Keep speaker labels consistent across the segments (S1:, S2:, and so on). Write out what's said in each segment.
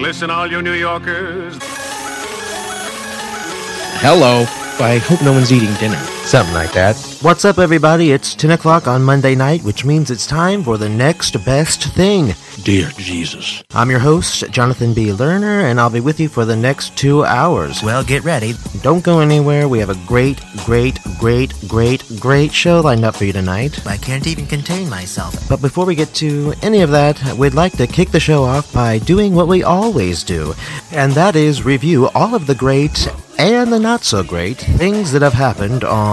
S1: Listen, all you New Yorkers.
S2: Hello. I hope no one's eating dinner.
S3: Something like that.
S4: What's up, everybody? It's 10 o'clock on Monday night, which means it's time for the next best thing.
S2: Dear Jesus.
S4: I'm your host, Jonathan B. Lerner, and I'll be with you for the next two hours. Well, get ready. Don't go anywhere. We have a great, great, great, great, great show lined up for you tonight. I can't even contain myself. But before we get to any of that, we'd like to kick the show off by doing what we always do, and that is review all of the great and the not so great things that have happened on.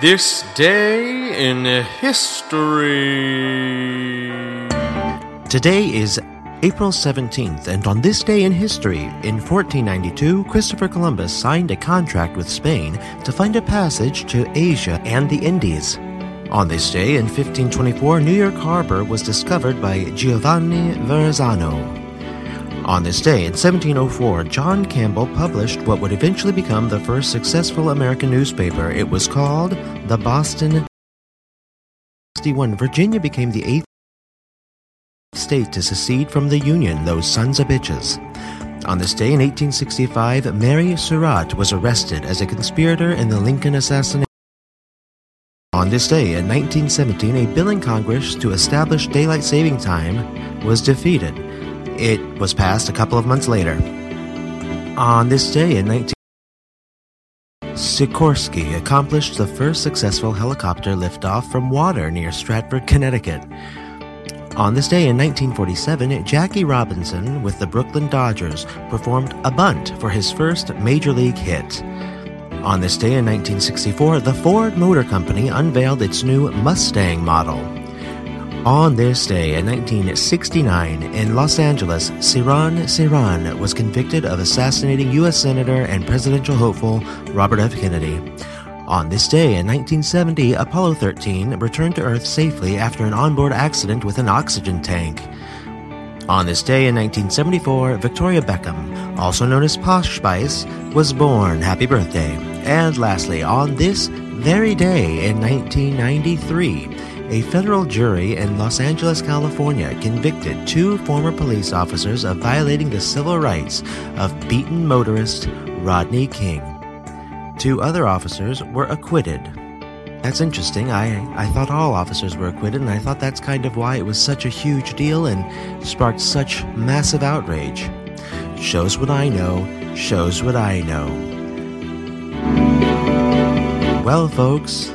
S5: This day in history.
S4: Today is April 17th, and on this day in history, in 1492, Christopher Columbus signed a contract with Spain to find a passage to Asia and the Indies. On this day in 1524, New York Harbor was discovered by Giovanni Verrazzano. On this day in 1704, John Campbell published what would eventually become the first successful American newspaper. It was called the Boston. 61. Virginia became the eighth state to secede from the Union, those sons of bitches. On this day in 1865, Mary Surratt was arrested as a conspirator in the Lincoln assassination. On this day in 1917, a bill in Congress to establish daylight saving time was defeated. It was passed a couple of months later. On this day in 19 Sikorsky accomplished the first successful helicopter liftoff from water near Stratford, Connecticut. On this day in 1947, Jackie Robinson with the Brooklyn Dodgers performed a bunt for his first major league hit. On this day in 1964, the Ford Motor Company unveiled its new Mustang model. On this day in 1969, in Los Angeles, Ciron Ciron was convicted of assassinating U.S. Senator and presidential hopeful Robert F. Kennedy. On this day in 1970, Apollo 13 returned to Earth safely after an onboard accident with an oxygen tank. On this day in 1974, Victoria Beckham, also known as Posh Spice, was born. Happy birthday. And lastly, on this very day in 1993, a federal jury in Los Angeles, California convicted two former police officers of violating the civil rights of beaten motorist Rodney King. Two other officers were acquitted. That's interesting. I, I thought all officers were acquitted, and I thought that's kind of why it was such a huge deal and sparked such massive outrage. Shows what I know, shows what I know. Well, folks,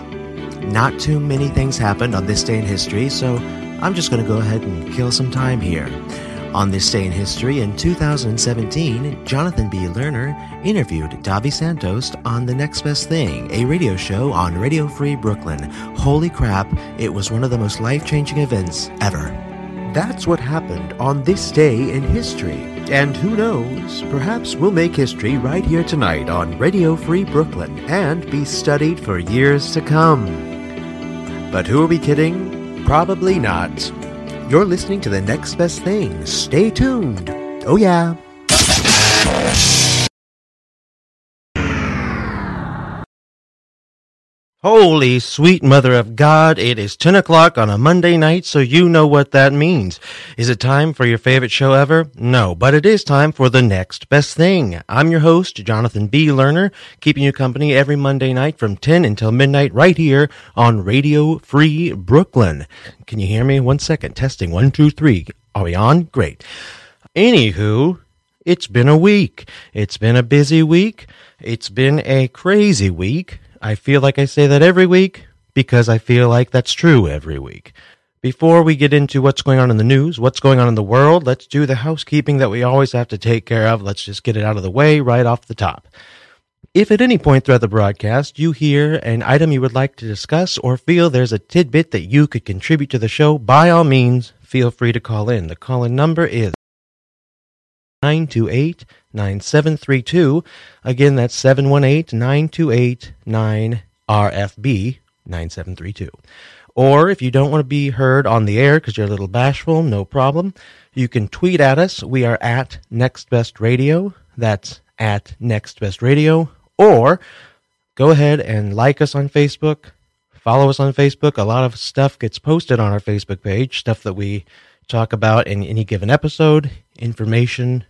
S4: not too many things happened on this day in history, so I'm just going to go ahead and kill some time here. On this day in history, in 2017, Jonathan B. Lerner interviewed Davi Santos on The Next Best Thing, a radio show on Radio Free Brooklyn. Holy crap, it was one of the most life changing events ever. That's what happened on this day in history. And who knows, perhaps we'll make history right here tonight on Radio Free Brooklyn and be studied for years to come. But who are we kidding? Probably not. You're listening to the next best thing. Stay tuned. Oh, yeah. Holy sweet mother of God, it is 10 o'clock on a Monday night, so you know what that means. Is it time for your favorite show ever? No, but it is time for the next best thing. I'm your host, Jonathan B. Lerner, keeping you company every Monday night from 10 until midnight right here on Radio Free Brooklyn. Can you hear me? One second. Testing. One, two, three. Are we on? Great. Anywho, it's been a week. It's been a busy week. It's been a crazy week. I feel like I say that every week because I feel like that's true every week. Before we get into what's going on in the news, what's going on in the world, let's do the housekeeping that we always have to take care of. Let's just get it out of the way right off the top. If at any point throughout the broadcast you hear an item you would like to discuss or feel there's a tidbit that you could contribute to the show, by all means, feel free to call in. The call in number is 928 9732. Again, that's 718 928 9RFB 9732. Or if you don't want to be heard on the air because you're a little bashful, no problem. You can tweet at us. We are at Next Best Radio. That's at Next Best Radio. Or go ahead and like us on Facebook, Follow us on Facebook. A lot of stuff gets posted on our Facebook page, stuff that we talk about in any given episode, information,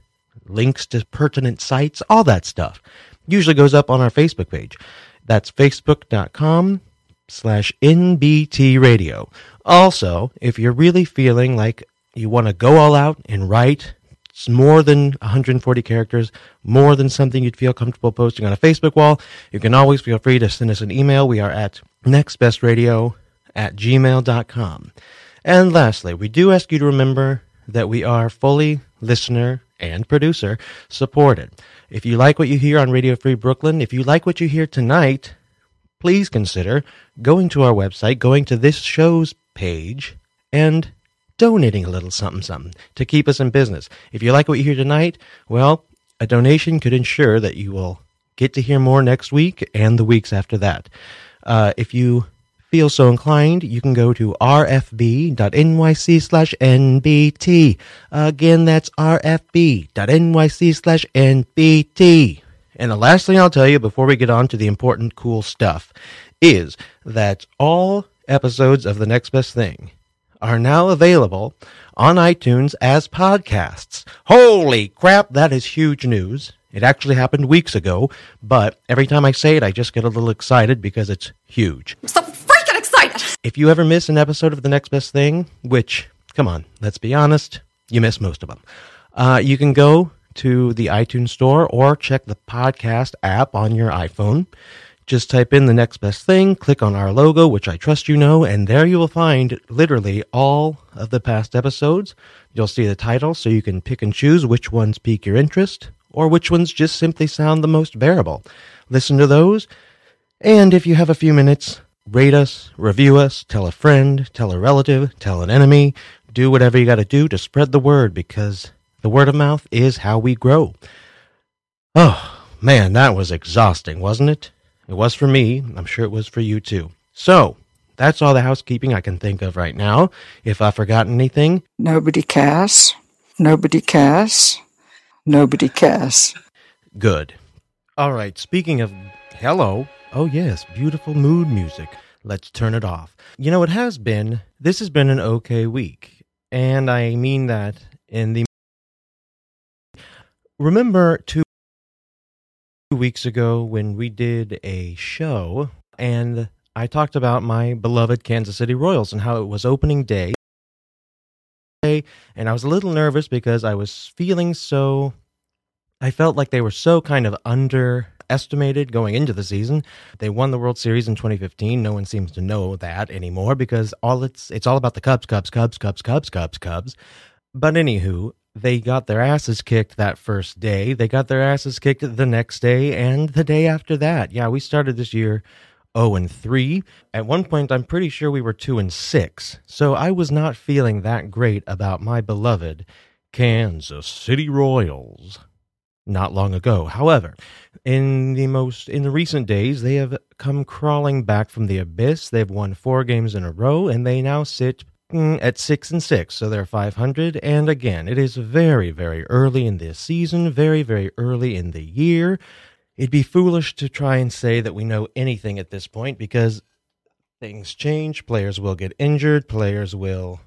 S4: links to pertinent sites, all that stuff. Usually goes up on our Facebook page. That's facebook.com slash NBT radio. Also, if you're really feeling like you want to go all out and write it's more than 140 characters, more than something you'd feel comfortable posting on a Facebook wall, you can always feel free to send us an email. We are at nextbestradio at gmail.com. And lastly, we do ask you to remember that we are fully listener and producer supported. If you like what you hear on Radio Free Brooklyn, if you like what you hear tonight, please consider going to our website, going to this show's page, and donating a little something something to keep us in business. If you like what you hear tonight, well, a donation could ensure that you will get to hear more next week and the weeks after that. Uh, if you feel so inclined, you can go to rfb.nyc slash nbt. Again, that's rfb.nyc slash nbt. And the last thing I'll tell you before we get on to the important, cool stuff is that all episodes of The Next Best Thing are now available on iTunes as podcasts. Holy crap, that is huge news. It actually happened weeks ago, but every time I say it, I just get a little excited because it's huge.
S6: so freaking excited!
S4: If you ever miss an episode of The Next Best Thing, which, come on, let's be honest, you miss most of them, uh, you can go to the iTunes store or check the podcast app on your iPhone. Just type in The Next Best Thing, click on our logo, which I trust you know, and there you will find literally all of the past episodes. You'll see the title, so you can pick and choose which ones pique your interest or which ones just simply sound the most bearable. Listen to those. And if you have a few minutes, rate us, review us, tell a friend, tell a relative, tell an enemy, do whatever you got to do to spread the word because the word of mouth is how we grow. Oh, man, that was exhausting, wasn't it? It was for me. I'm sure it was for you too. So, that's all the housekeeping I can think of right now. If I've forgotten anything,
S7: Nobody cares. Nobody cares. Nobody cares.
S4: good. All right, speaking of hello, oh yes, beautiful mood music. Let's turn it off. You know, it has been, this has been an okay week. And I mean that in the. Remember two weeks ago when we did a show and I talked about my beloved Kansas City Royals and how it was opening day. And I was a little nervous because I was feeling so I felt like they were so kind of underestimated going into the season. They won the World Series in 2015. No one seems to know that anymore because all it's it's all about the Cubs, Cubs, Cubs, Cubs, Cubs, Cubs, Cubs. But anywho, they got their asses kicked that first day. They got their asses kicked the next day and the day after that. Yeah, we started this year 0 and 3. At one point, I'm pretty sure we were 2 and 6. So I was not feeling that great about my beloved Kansas City Royals not long ago. However, in the most in the recent days, they have come crawling back from the abyss. They've won four games in a row, and they now sit mm, at six and six, so they're five hundred. And again, it is very, very early in this season, very, very early in the year. It'd be foolish to try and say that we know anything at this point because things change. Players will get injured. Players will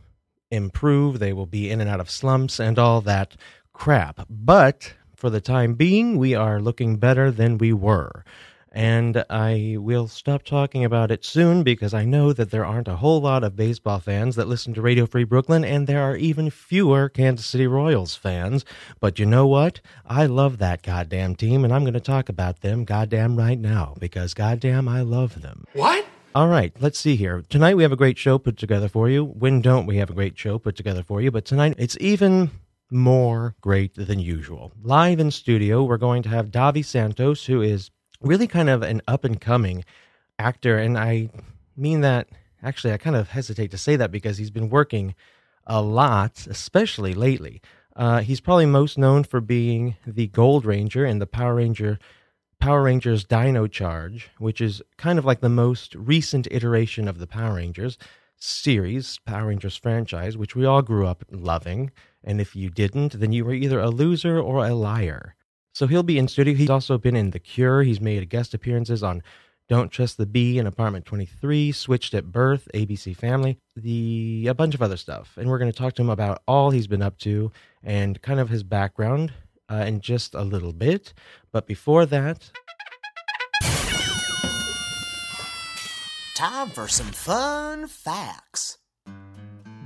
S4: improve. They will be in and out of slumps and all that crap. But for the time being, we are looking better than we were. And I will stop talking about it soon because I know that there aren't a whole lot of baseball fans that listen to Radio Free Brooklyn, and there are even fewer Kansas City Royals fans. But you know what? I love that goddamn team, and I'm going to talk about them goddamn right now because goddamn, I love them. All right, let's see here. Tonight we have a great show put together for you. When don't we have a great show put together for you? But tonight it's even more great than usual. Live in studio, we're going to have Davi Santos, who is really kind of an up and coming actor. And I mean that, actually, I kind of hesitate to say that because he's been working a lot, especially lately. Uh, he's probably most known for being the Gold Ranger in the Power Ranger Power Rangers Dino Charge, which is kind of like the most recent iteration of the Power Rangers series, Power Rangers franchise, which we all grew up loving. And if you didn't, then you were either a loser or a liar. So he'll be in studio. He's also been in The Cure. He's made guest appearances on Don't Trust the Bee in Apartment 23, Switched at Birth, ABC Family, the a bunch of other stuff. And we're going to talk to him about all he's been up to and kind of his background uh, in just a little bit. But before that,
S8: Time for some fun facts.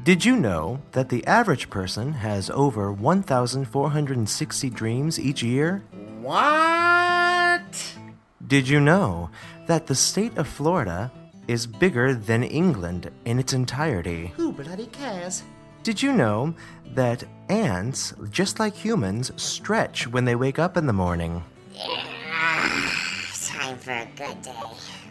S4: Did you know that the average person has over 1,460 dreams each year?
S8: What?
S4: Did you know that the state of Florida is bigger than England in its entirety?
S8: Who bloody cares?
S4: Did you know that ants, just like humans, stretch when they wake up in the morning?
S8: Time for a good day.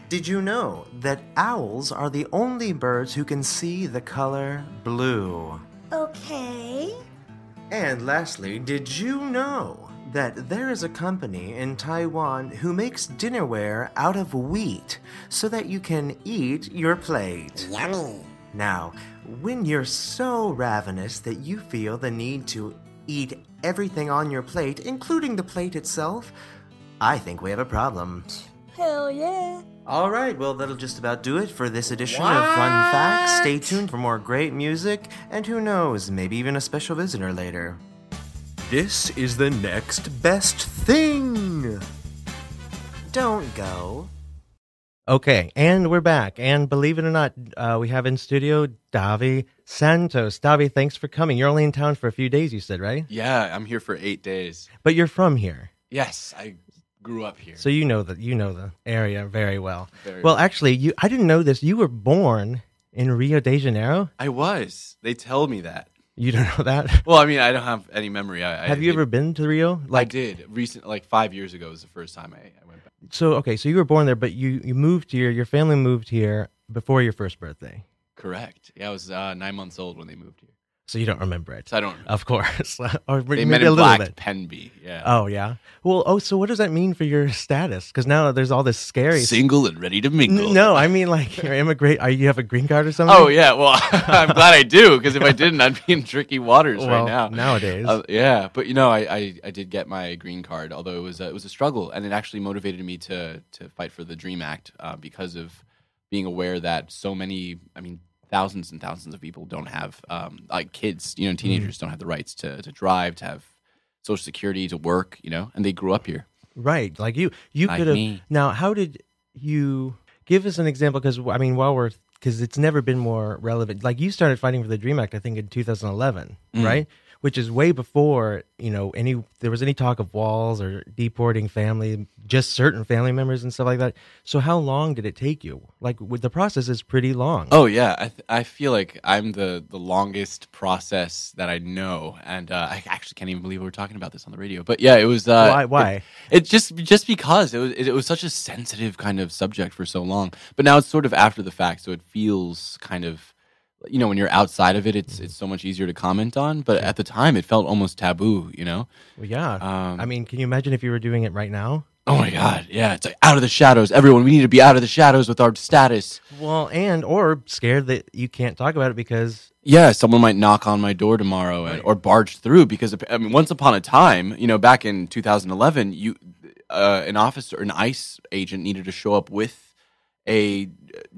S4: Did you know that owls are the only birds who can see the color blue?
S8: Okay.
S4: And lastly, did you know that there is a company in Taiwan who makes dinnerware out of wheat so that you can eat your plate?
S8: Yummy.
S4: Now, when you're so ravenous that you feel the need to eat everything on your plate, including the plate itself, I think we have a problem.
S8: Hell yeah.
S4: All right, well, that'll just about do it for this edition of Fun Facts. Stay tuned for more great music, and who knows, maybe even a special visitor later.
S9: This is the next best thing.
S4: Don't go. Okay, and we're back. And believe it or not, uh, we have in studio Davi Santos. Davi, thanks for coming. You're only in town for a few days, you said, right?
S10: Yeah, I'm here for eight days.
S4: But you're from here.
S10: Yes, I grew up here.
S4: So you know that you know the area very well.
S10: Very
S4: well,
S10: well.
S4: actually, you I didn't know this. You were born in Rio de Janeiro.
S10: I was. They tell me that.
S4: You don't know that.
S10: Well, I mean, I don't have any memory. I, I-
S4: Have you ever been to Rio?
S10: I did recent, like five years ago was the first time I, I went back.
S4: so okay, so you were born there, but you you moved here. Your family moved here before your first birthday,
S10: Correct. Yeah, I was uh, nine months old when they moved here,
S4: so you don't remember it.
S10: so I don't.
S4: Of course, or Uh,
S10: They
S4: maybe
S10: met
S4: a
S10: in
S4: little
S10: black
S4: bit.
S10: Penby. Yeah,
S4: Oh yeah. Well, oh, so what does that mean for your status? Because now there's all this scary.
S10: single and ready to mingle.
S4: N- No, I mean like you're immigrate. Are you have a green card or something?
S10: Oh yeah. Well, I'm glad I do because if I didn't, I'd be in tricky waters
S4: Well,
S10: right now.
S4: nowadays.
S10: Uh, yeah, but you know, I, I, I did get my green card, although it was a, it was a struggle, and it actually motivated me to to fight for the Dream Act uh, because of being aware that so many, I mean, thousands and thousands of people don't have um, like kids, you know, teenagers don't have the rights to to drive, to have social security, to work, you know, and they grew up here.
S4: Right. Like you, you
S10: Like
S4: could have.
S10: me.
S4: Now, how did you give us an example? Because I mean, while we're because it's never been more relevant. Like you started fighting for the Dream Act, I think, in 2011, right? Which is way before you know any there was any talk of walls or deporting family, just certain family members and stuff like that. So how long did it take you? Like with the process is pretty long.
S10: Oh yeah, I, th- I feel like I'm the the longest process that I know, and uh, I actually can't even believe we're talking about this on the radio. But yeah, it was uh,
S4: Why-
S10: it-
S4: why?
S10: It, just just because it was it, it was such a sensitive kind of subject for so long, but now it's sort of after the fact, so it feels kind of you know when you're outside of it, it's
S4: Mm-hmm.
S10: it's so much easier to comment on. But at the time, it felt almost taboo, you know.
S4: Well, yeah.
S10: Um,
S4: I mean, can you imagine if you were doing it right now?
S10: Oh my god, yeah, it's like out of the shadows. Everyone, we need to be out of the shadows with our status.
S4: Well, and or scared that you can't talk about it because
S10: yeah, someone might knock on my door tomorrow and, or barge through because I mean, once upon a time, you know, back in 2011, you uh, an officer, an ICE agent, needed to show up with a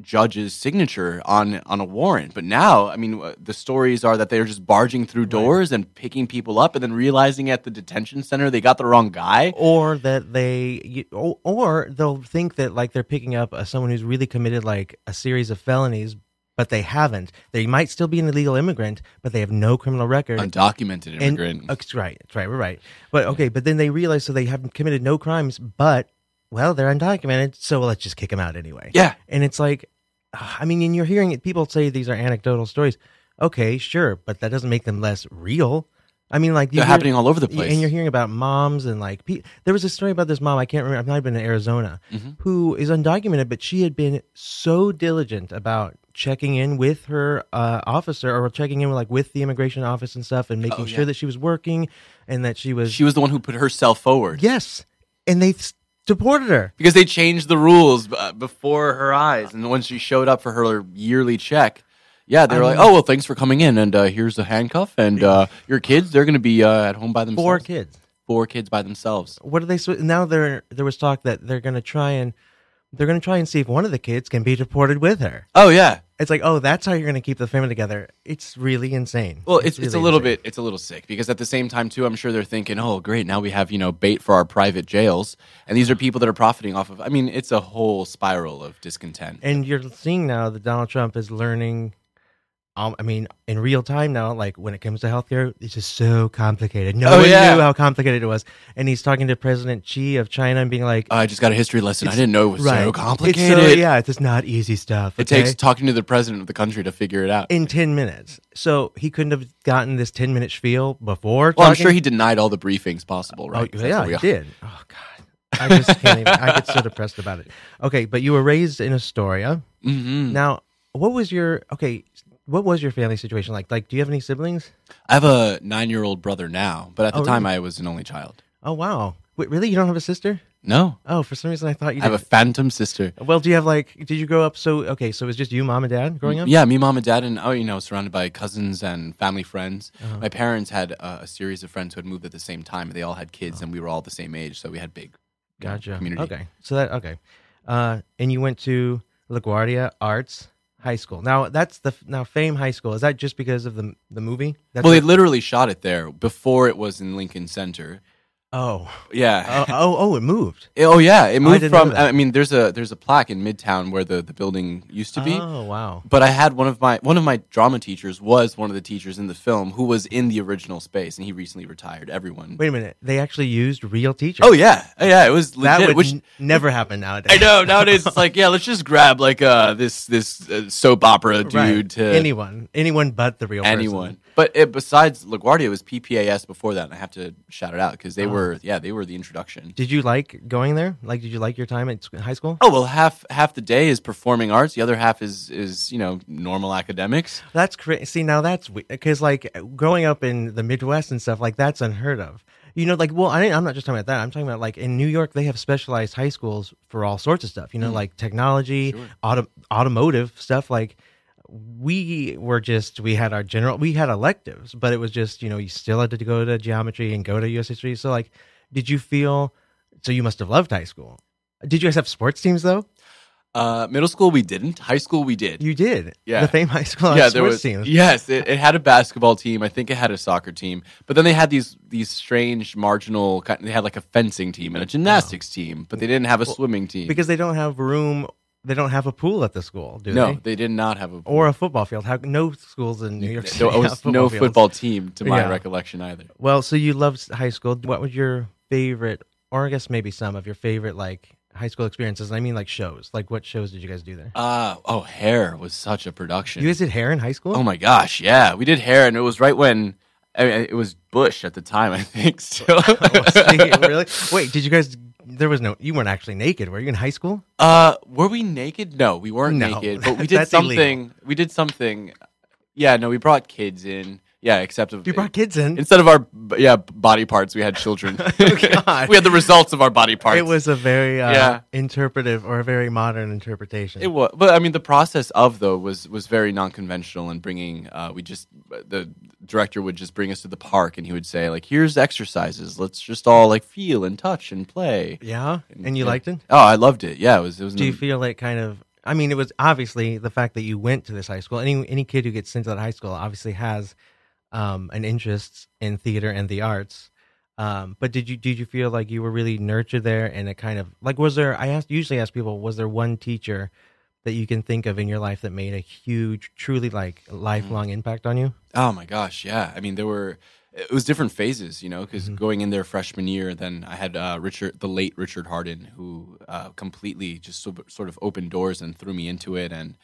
S10: judge's signature on on a warrant. But now, I mean, uh, the stories are that they're just barging through doors and picking people up, and then realizing at the detention center they got the wrong guy.
S4: or that they you- or, or they'll think that like they're picking up uh, someone who's really committed like a series of felonies but they haven't they might still be an illegal immigrant but they have no criminal record
S10: Undocumented
S4: And-
S10: immigrant.
S4: uh, that's right that's right we're right but okay but then they realize so they haven't committed no crimes but well they're undocumented so let's just kick them out anyway
S10: yeah,
S4: and it's like ah, i mean and you're hearing it people say these are anecdotal stories okay sure but that doesn't make them less real i mean like you
S10: they're
S4: hear-
S10: happening all over the place.
S4: and you're hearing about moms and like pe- there was a story about this mom I can't remember. I've not been in Arizona,
S10: Mhm.
S4: who is undocumented, but she had been so diligent about checking in with her uh, officer or checking in like with the immigration office and stuff, and making
S10: Oh,
S4: sure
S10: yeah.
S4: that she was working and that she was
S10: she was the one who put herself forward.
S4: yes, and they s- deported her.
S10: because they changed the rules uh, before her eyes, and when she showed up for her yearly check, yeah, they were
S4: Um,
S10: like, "Oh well, thanks for coming in, and uh, here's a handcuff, and uh, your kids they're going to be uh, at home by themselves,
S4: Four kids.
S10: four kids by themselves."
S4: What are they? sw- Now there there was talk that they're going to try and they're going to try and see if one of the kids can be deported with her.
S10: Oh yeah.
S4: It's like, oh, that's how you're going to keep the family together. It's really insane.
S10: Well, it's, it's, a
S4: really
S10: little
S4: insane.
S10: bit it's a little sick because at the same time too, I'm sure they're thinking, oh great, now we have you know bait for our private jails, and these are people that are profiting off of. I mean, it's a whole spiral of discontent.
S4: And you're seeing now that Donald Trump is learning. Um, I mean, in real time now, like when it comes to healthcare, it's just so complicated. No
S10: Oh,
S4: one
S10: yeah.
S4: knew how complicated it was. And he's talking to President Xi of China and being like,
S10: I just got a history lesson. I didn't know it was
S4: right,
S10: Oh, so
S4: it's
S10: complicated.
S4: yeah, it's just not easy stuff.
S10: It
S4: okay?
S10: takes talking to the president of the country to figure it out.
S4: in 10 minutes. So he couldn't have gotten this 10 minute spiel before.
S10: well, I'm
S4: talking-
S10: sure he denied all the briefings possible, right?
S4: Oh,
S10: 'Cause that's
S4: yeah,
S10: what we
S4: he
S10: all-
S4: did. Oh, God. I just can't even. I get so depressed about it. Okay, but you were raised in Astoria.
S10: Mhm.
S4: Now, what was your. Okay, what was your family situation like? Like, do you have any siblings?
S10: I have a nine year old brother now, but at the
S4: Oh,
S10: time I was an only child.
S4: Oh, wow. Wait, really? You don't have a sister?
S10: No,
S4: Oh, for some reason I thought you
S10: I have
S4: did.
S10: a phantom sister.
S4: well, do you have like. Did you grow up so. Okay, so it was just you, mom, and dad growing up?
S10: Mm, Yeah, me, mom, and dad, and oh, you know, surrounded by cousins and family friends.
S4: Uh-huh.
S10: My parents had uh, a series of friends who had moved at the same time. They all had kids, and we were all the same age, so we had big you know,
S4: Uh-huh. Gotcha.
S10: community.
S4: Okay. So that okay. Uh, and you went to LaGuardia Arts High School. Now that's the now Fame High School. Is that just because of the the movie? That's
S10: Well, they
S4: what-
S10: literally shot it there before it was in Lincoln Center.
S4: oh,
S10: Yeah.
S4: oh, oh, oh, it moved.
S10: Oh yeah, it moved
S4: didn't know
S10: from.
S4: that.
S10: I mean, there's a there's a plaque in Midtown where the, the building used to be.
S4: Oh wow.
S10: But I had one of my one of my drama teachers was one of the teachers in the film who was in the original space, and he recently retired. Everyone.
S4: Wait a minute. They actually used real teachers.
S10: Oh yeah, Oh, yeah, it was legit.
S4: that would
S10: which
S4: n- never happen nowadays.
S10: I know nowadays it's like yeah, let's just grab like uh this this uh, soap opera dude
S4: Right.
S10: to
S4: anyone, anyone but the real person.
S10: anyone. But it, besides LaGuardia, it was PPAS before that, and I have to shout it out because
S4: Uh-huh.
S10: they were yeah they were the introduction.
S4: Did you like going there? Like, did you like your time at sc- high school?
S10: Oh well, half half the day is performing arts. The other half is is you know normal academics.
S4: That's crazy. See, now that's because like growing up in the Midwest and stuff like that's unheard of. You know, like well, I didn't, I'm not just talking about that. I'm talking about like in New York, they have specialized high schools for all sorts of stuff. You
S10: Mm.
S4: know, like technology, auto, automotive stuff. Like we were just we had our general, we had electives, but it was just you know you still had to go to geometry and go to U.S. history. So like, did you feel? So you must have loved high school. Did you guys have sports teams though?
S10: Uh, middle school we didn't. High school we did.
S4: You did.
S10: Yeah.
S4: the fame high school. Yeah,
S10: yeah,
S4: sports
S10: there was.
S4: teams.
S10: Yes, it, it had a basketball team. I think it had a soccer team, but then they had these these strange marginal. kind- They had like a fencing team and a gymnastics
S4: Oh.
S10: team, but they didn't have a swimming team
S4: because they don't have room. They don't have a pool at the school, do
S10: no,
S4: they?
S10: they did not have a
S4: Or a football field. How no schools in New York City
S10: there was
S4: have
S10: no
S4: fields.
S10: football team to my
S4: Yeah.
S10: recollection either.
S4: Well, so you loved high school. What was your favorite, or I guess maybe some of your favorite like high school experiences? And I mean like shows. Like what shows did you guys do there?
S10: Uh, oh, hair was such a production.
S4: you guys did hair in high school?
S10: Oh my gosh, yeah, we did hair, and it was right when I mean, it was Bush at the time, I think. Still,
S4: Oh, really? Wait, did you guys? There was no. You weren't actually naked, were you? In high school?
S10: Uh, were we naked? No, we weren't
S4: No,
S10: naked, but we did
S4: that's illegal.
S10: something. We did something. Yeah, no, we brought kids in. Yeah, except of
S4: You brought kids in. Oh,
S10: instead of our b- yeah b- body parts, we had children.
S4: God.
S10: we had the results of our body parts.
S4: It was a very uh,
S10: Yeah.
S4: interpretive or a very modern interpretation.
S10: It was, but I mean, the process of though was was very non-conventional and bringing. Uh, we just the director would just bring us to the park and he would say like, "Here's exercises. Let's just all like feel and touch and play."
S4: yeah, and you liked it.
S10: Oh, I loved it. Yeah, it was. It was.
S4: Do you
S10: an-
S4: feel like kind of? I mean, it was obviously the fact that you went to this high school. Any any kid who gets into that high school obviously has um, an interest in theater and the arts. Um, but did you did you feel like you were really nurtured there? And it kind of like was there? I asked usually ask people was there one teacher that you can think of in your life that made a huge, truly like
S10: Mm-hmm.
S4: lifelong impact on you?
S10: Oh my gosh, yeah. I mean, there were it was different phases, you know, because going in there freshman year, then I had uh, Richard, the late Richard Harden, who uh, completely just so, sort of opened doors and threw me into it, and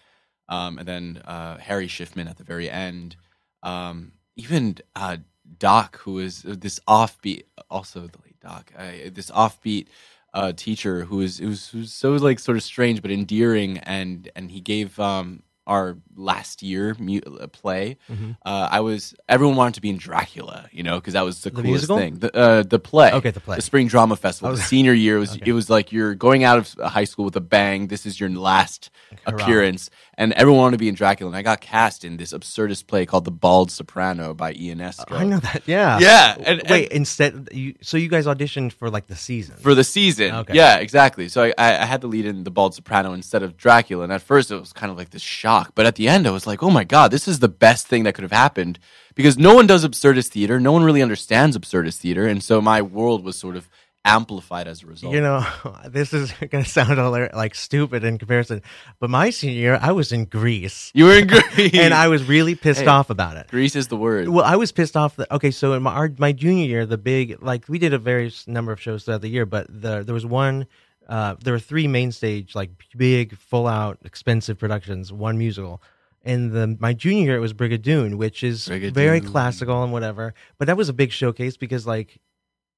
S10: um, and then uh, Harry Schiffman at the very end, um, even uh, Doc, who is uh, this offbeat, also the late Doc, I, this offbeat uh, teacher who is who's, who's so like sort of strange but endearing, and and he gave um, our last year mu- uh, play,
S4: Mm-hmm.
S10: uh, I was everyone wanted to be in Dracula, you know, because that was the,
S4: The
S10: coolest
S4: musical?
S10: thing. The uh, the play,
S4: Okay, the play. Oh,
S10: Spring Drama Festival, the senior year was it was like you're going out of high school with a bang. This is your last appearance, and everyone wanted to be in Dracula. And I got cast in this absurdist play called The Bald Soprano by Ian Esco.
S4: I know that. Yeah.
S10: Yeah, and-
S4: Wait. instead, you, so you guys auditioned for like the season.
S10: for the season.
S4: Okay.
S10: Yeah, exactly. So I, I I had the lead in The Bald Soprano instead of Dracula. And at first it was kind of like this shock. But at the end, I was like, oh my God, this is the best thing that could have happened because no one does absurdist theater. No one really understands absurdist theater. And so my world was sort of amplified as a result.
S4: you know, this is gonna sound hilar- like stupid in comparison, but my senior year, I was in Greece,
S10: you were in Greece.
S4: and I was really pissed
S10: Hey.
S4: off about it.
S10: Greece is the word.
S4: Well, I was pissed off that okay, so in my our, my junior year, the big like we did a various number of shows throughout the year, but the there was one. Uh, there were three main stage, like big, full out, expensive productions, one musical. And the my junior year, it was Brigadoon, which is very
S10: Brigadoon.
S4: classical and whatever. But that was a big showcase because like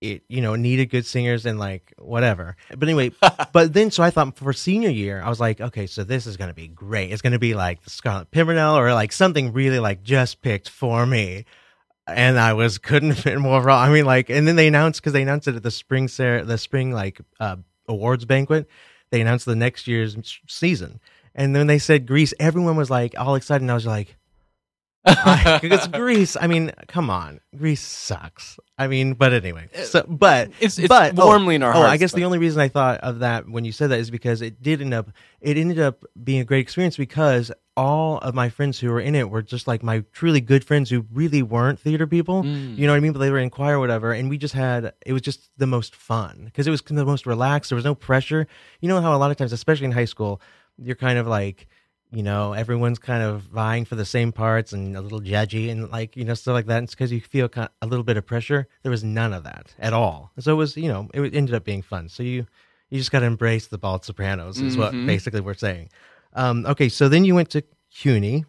S4: it, you know, needed good singers and like whatever. But anyway, but then so I thought for senior year, I was like, okay, so this is gonna be great. It's gonna be like the Scarlet Pimpernel or like something really like just picked for me and I was couldn't fit more wrong. I mean, like, and then they announced because they announced it at the spring ser- the spring like uh, awards banquet. They announced the next year's s- season, and then they said Greece. Everyone was like all excited, and I was like, because Greece. I mean, come on, Greece sucks. I mean, but anyway, so but
S10: It's- it's
S4: but, oh,
S10: warmly in our
S4: oh, I
S10: hearts,
S4: guess
S10: but-
S4: the only reason I thought of that when you said that is because it did end up it ended up being a great experience because all of my friends who were in it were just like my truly good friends who really weren't theater people.
S10: Mm.
S4: You know what I mean? But they were in choir or whatever, and we just had it was just the most fun because it was the most relaxed. There was no pressure. You know how a lot of times, especially in high school, you're kind of like you know everyone's kind of vying for the same parts and a little judgy and like you know stuff like that and it's because you feel kind a little bit of pressure there was none of that at all so it was you know it ended up being fun so you you just got to embrace the bald sopranos is what
S10: Mm-hmm.
S4: basically we're saying um, okay so then you went to cuny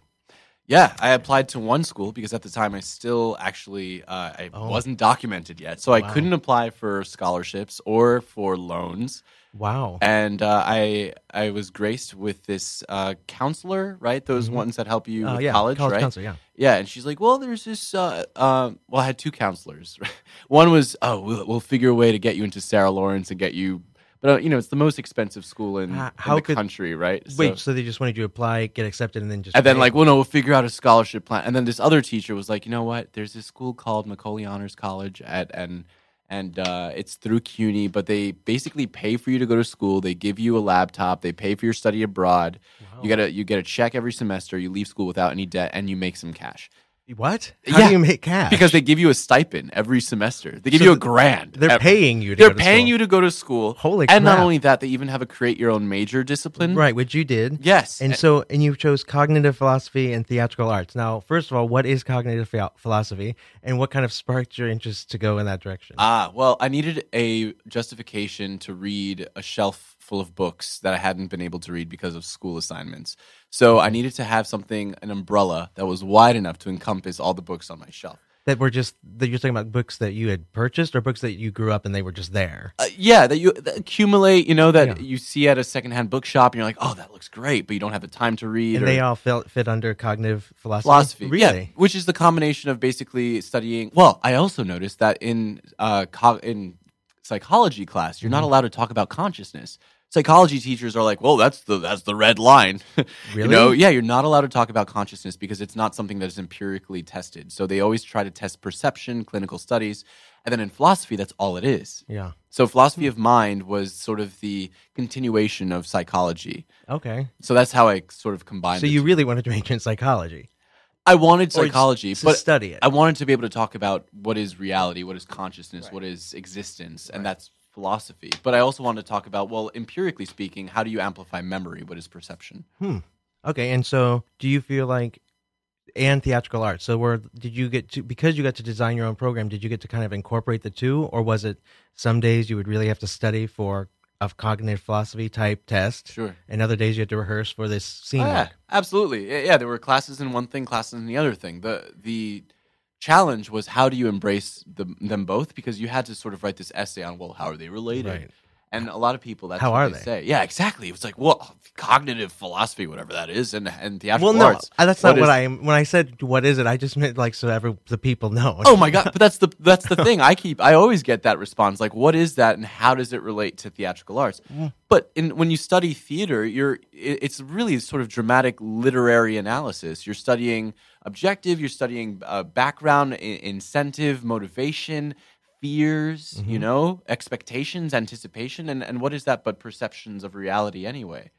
S10: Yeah, I applied to one school because at the time I still actually uh, I
S4: Oh.
S10: wasn't documented yet, so I couldn't apply for scholarships or for loans.
S4: wow
S10: and uh, I I was graced with this uh, counselor, right? Those ones that help you
S4: Uh,
S10: with
S4: yeah,
S10: college,
S4: college
S10: right?
S4: counselor, yeah.
S10: yeah. And she's like, "Well, there's this. Uh, um well, I had two counselors. One was, oh, we'll, we'll figure a way to get you into Sarah Lawrence and get you, but uh, you know, it's the most expensive school in,
S4: How-
S10: in
S4: how
S10: the
S4: could-
S10: country, right? So-
S4: wait so they just wanted you to apply get accepted and then just
S10: and then
S4: pay?
S10: like, well, no, we'll figure out a scholarship plan. And then this other teacher was like, you know what? There's this school called Macaulay Honors College at and and uh, it's through CUNY, but they basically pay for you to go to school. They give you a laptop. They pay for your study abroad. You get a you get a check every semester. You leave school without any debt, and you make some cash
S4: what how
S10: Yeah.
S4: do you make cash
S10: because they give you a stipend every semester. They give
S4: So
S10: you a
S4: th-
S10: grand.
S4: they're
S10: ev-
S4: paying you to
S10: They're
S4: go to
S10: paying
S4: school.
S10: you to go to school.
S4: Holy
S10: And not
S4: crap.
S10: only that, they even have a create your own major discipline.
S4: right which you did
S10: Mm-hmm. Yes.
S4: And so, and you chose cognitive philosophy and theatrical arts. Now, first of all, what is cognitive phil- philosophy, and what kind of sparked your interest to go in that direction?
S10: Ah, well, I needed a justification to read a shelf full of books that I hadn't been able to read because of school assignments. So
S4: Mm-hmm.
S10: I needed to have something, an umbrella that was wide enough to encompass all the books on my shelf.
S4: that were just that you're talking about books that you had purchased, or books that you grew up and they were just there.
S10: Uh, yeah, that you that accumulate, you know, that you see at a secondhand bookshop and you're like, oh, that looks great, but you don't have the time to read.
S4: And
S10: or-
S4: they all felt fit under cognitive philosophy.
S10: philosophy. Yeah,
S4: really?
S10: which is the combination of basically studying. Well, I also noticed that in uh, co- in psychology class, you're
S4: Mm-hmm.
S10: not allowed to talk about consciousness. Psychology teachers are like, "Well, that's the that's the red line." you
S4: Really?
S10: know, yeah, you're not allowed to talk about consciousness because it's not something that is empirically tested. So they always try to test perception, clinical studies, and then in philosophy, that's all it is.
S4: Yeah.
S10: So philosophy
S4: Hmm.
S10: of mind was sort of the continuation of psychology.
S4: Okay.
S10: So that's how I sort of combined.
S4: So
S10: the
S4: you
S10: two.
S4: really wanted to major in psychology?
S10: I wanted
S4: Or
S10: psychology,
S4: to
S10: but
S4: study it.
S10: I wanted to be able to talk about what is reality, what is consciousness, what is existence, and that's philosophy. But I also wanted to talk about, well, empirically speaking, how do you amplify memory? What is perception?
S4: Okay. And so, do you feel like? And theatrical arts. So, were did you get to because you got to design your own program? Did you get to kind of incorporate the two, or was it some days you would really have to study for a cognitive philosophy type test,
S10: Sure. Ah,
S4: and other days you had to rehearse for this scene?
S10: Yeah,
S4: work?
S10: absolutely. Yeah, yeah, there were classes in one thing, classes in the other thing. The the challenge was how do you embrace the, them both because you had to sort of write this essay on well, how are they related?
S4: Right.
S10: And a lot of people that's
S4: How
S10: what
S4: are
S10: they,
S4: they?
S10: say. Yeah, exactly. It's like, well, cognitive philosophy, whatever that is, and and theatrical
S4: Well, no,
S10: arts.
S4: I- that's not
S10: is-
S4: what I am. When I said what is it, I just meant like so every the people know.
S10: Oh my god! But that's the that's the thing. I keep I always get that response like, "What is that, and how does it relate to theatrical arts?" But in, when you study theater, you're it, it's really sort of dramatic literary analysis. You're studying objective. You're studying uh, background, I- incentive, motivation, fears. You know, expectations, anticipation, and and what is that but perceptions of reality anyway?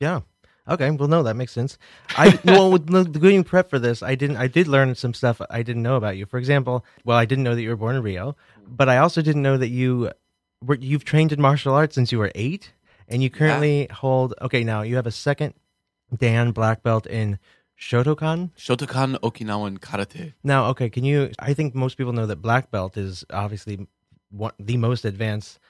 S4: Yeah. Okay. Well, no, that makes sense. I well, with the the doing prep for this, I didn't. I did learn some stuff I didn't know about you. For example, well, I didn't know that you were born in Rio, but I also didn't know that you were. You've trained in martial arts since you were eight, and you currently hold. Okay, now you have a second Dan black belt in Shotokan.
S10: Shotokan Okinawan Karate.
S4: Now, okay, can you? I think most people know that black belt is obviously one, the most advanced.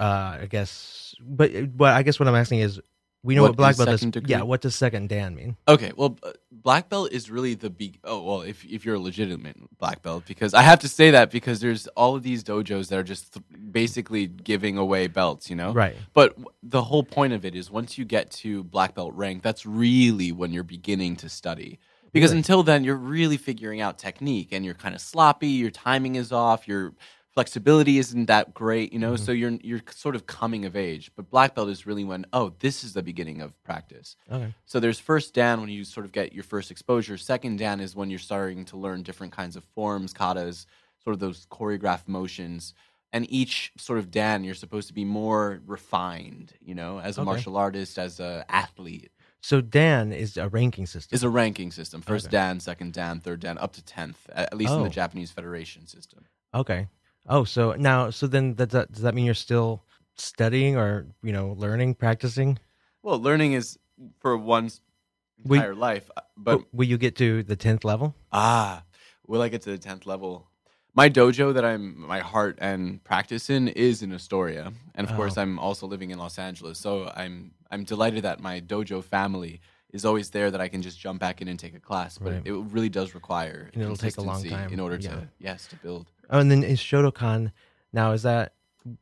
S4: Uh, I guess, but but I guess what I'm asking is, we know
S10: What
S4: what, black
S10: is
S4: belt is.
S10: second degree?
S4: Yeah, what does second Dan mean?
S10: Okay, well, uh, black belt is really the big. Oh, well, if if you're a legitimate black belt, because I have to say that because there's all of these dojos that are just th- basically giving away belts, you know.
S4: Right.
S10: But w- the whole point of it is once you get to black belt rank, that's really when you're beginning to study. Because until then, you're really figuring out technique, and you're kind of sloppy. Your timing is off. Your flexibility isn't that great, you know. So you're you're sort of coming of age. But black belt is really when oh, this is the beginning of practice.
S4: Okay.
S10: So there's first dan when you sort of get your first exposure. Second dan is when you're starting to learn different kinds of forms, katas, sort of those choreographed motions. And each sort of dan, you're supposed to be more refined, you know, as a
S4: Okay.
S10: martial artist, as a athlete.
S4: So Dan is a ranking system.
S10: Is a ranking system. First
S4: Okay.
S10: dan, second dan, third dan, up to tenth, at at least in the
S4: Oh.
S10: Japanese Federation system.
S4: okay. Oh, so now, so then, that, that, does that mean you're still studying or you know learning, practicing?
S10: Well, learning is for one's
S4: We-
S10: entire life, uh, but
S4: W- will you get to the tenth level?
S10: Ah, will I get to the tenth level? My dojo that I'm my heart and practice in is in Astoria, and of course
S4: Oh.
S10: I'm also living in Los Angeles. So I'm I'm delighted that my dojo family is always there that I can just jump back in and take a class. But
S4: Right.
S10: it, really does require
S4: And it'll take a long
S10: consistency
S4: time,
S10: in order
S4: yeah.
S10: to yes to build.
S4: Oh, and then is Shotokan now? Is that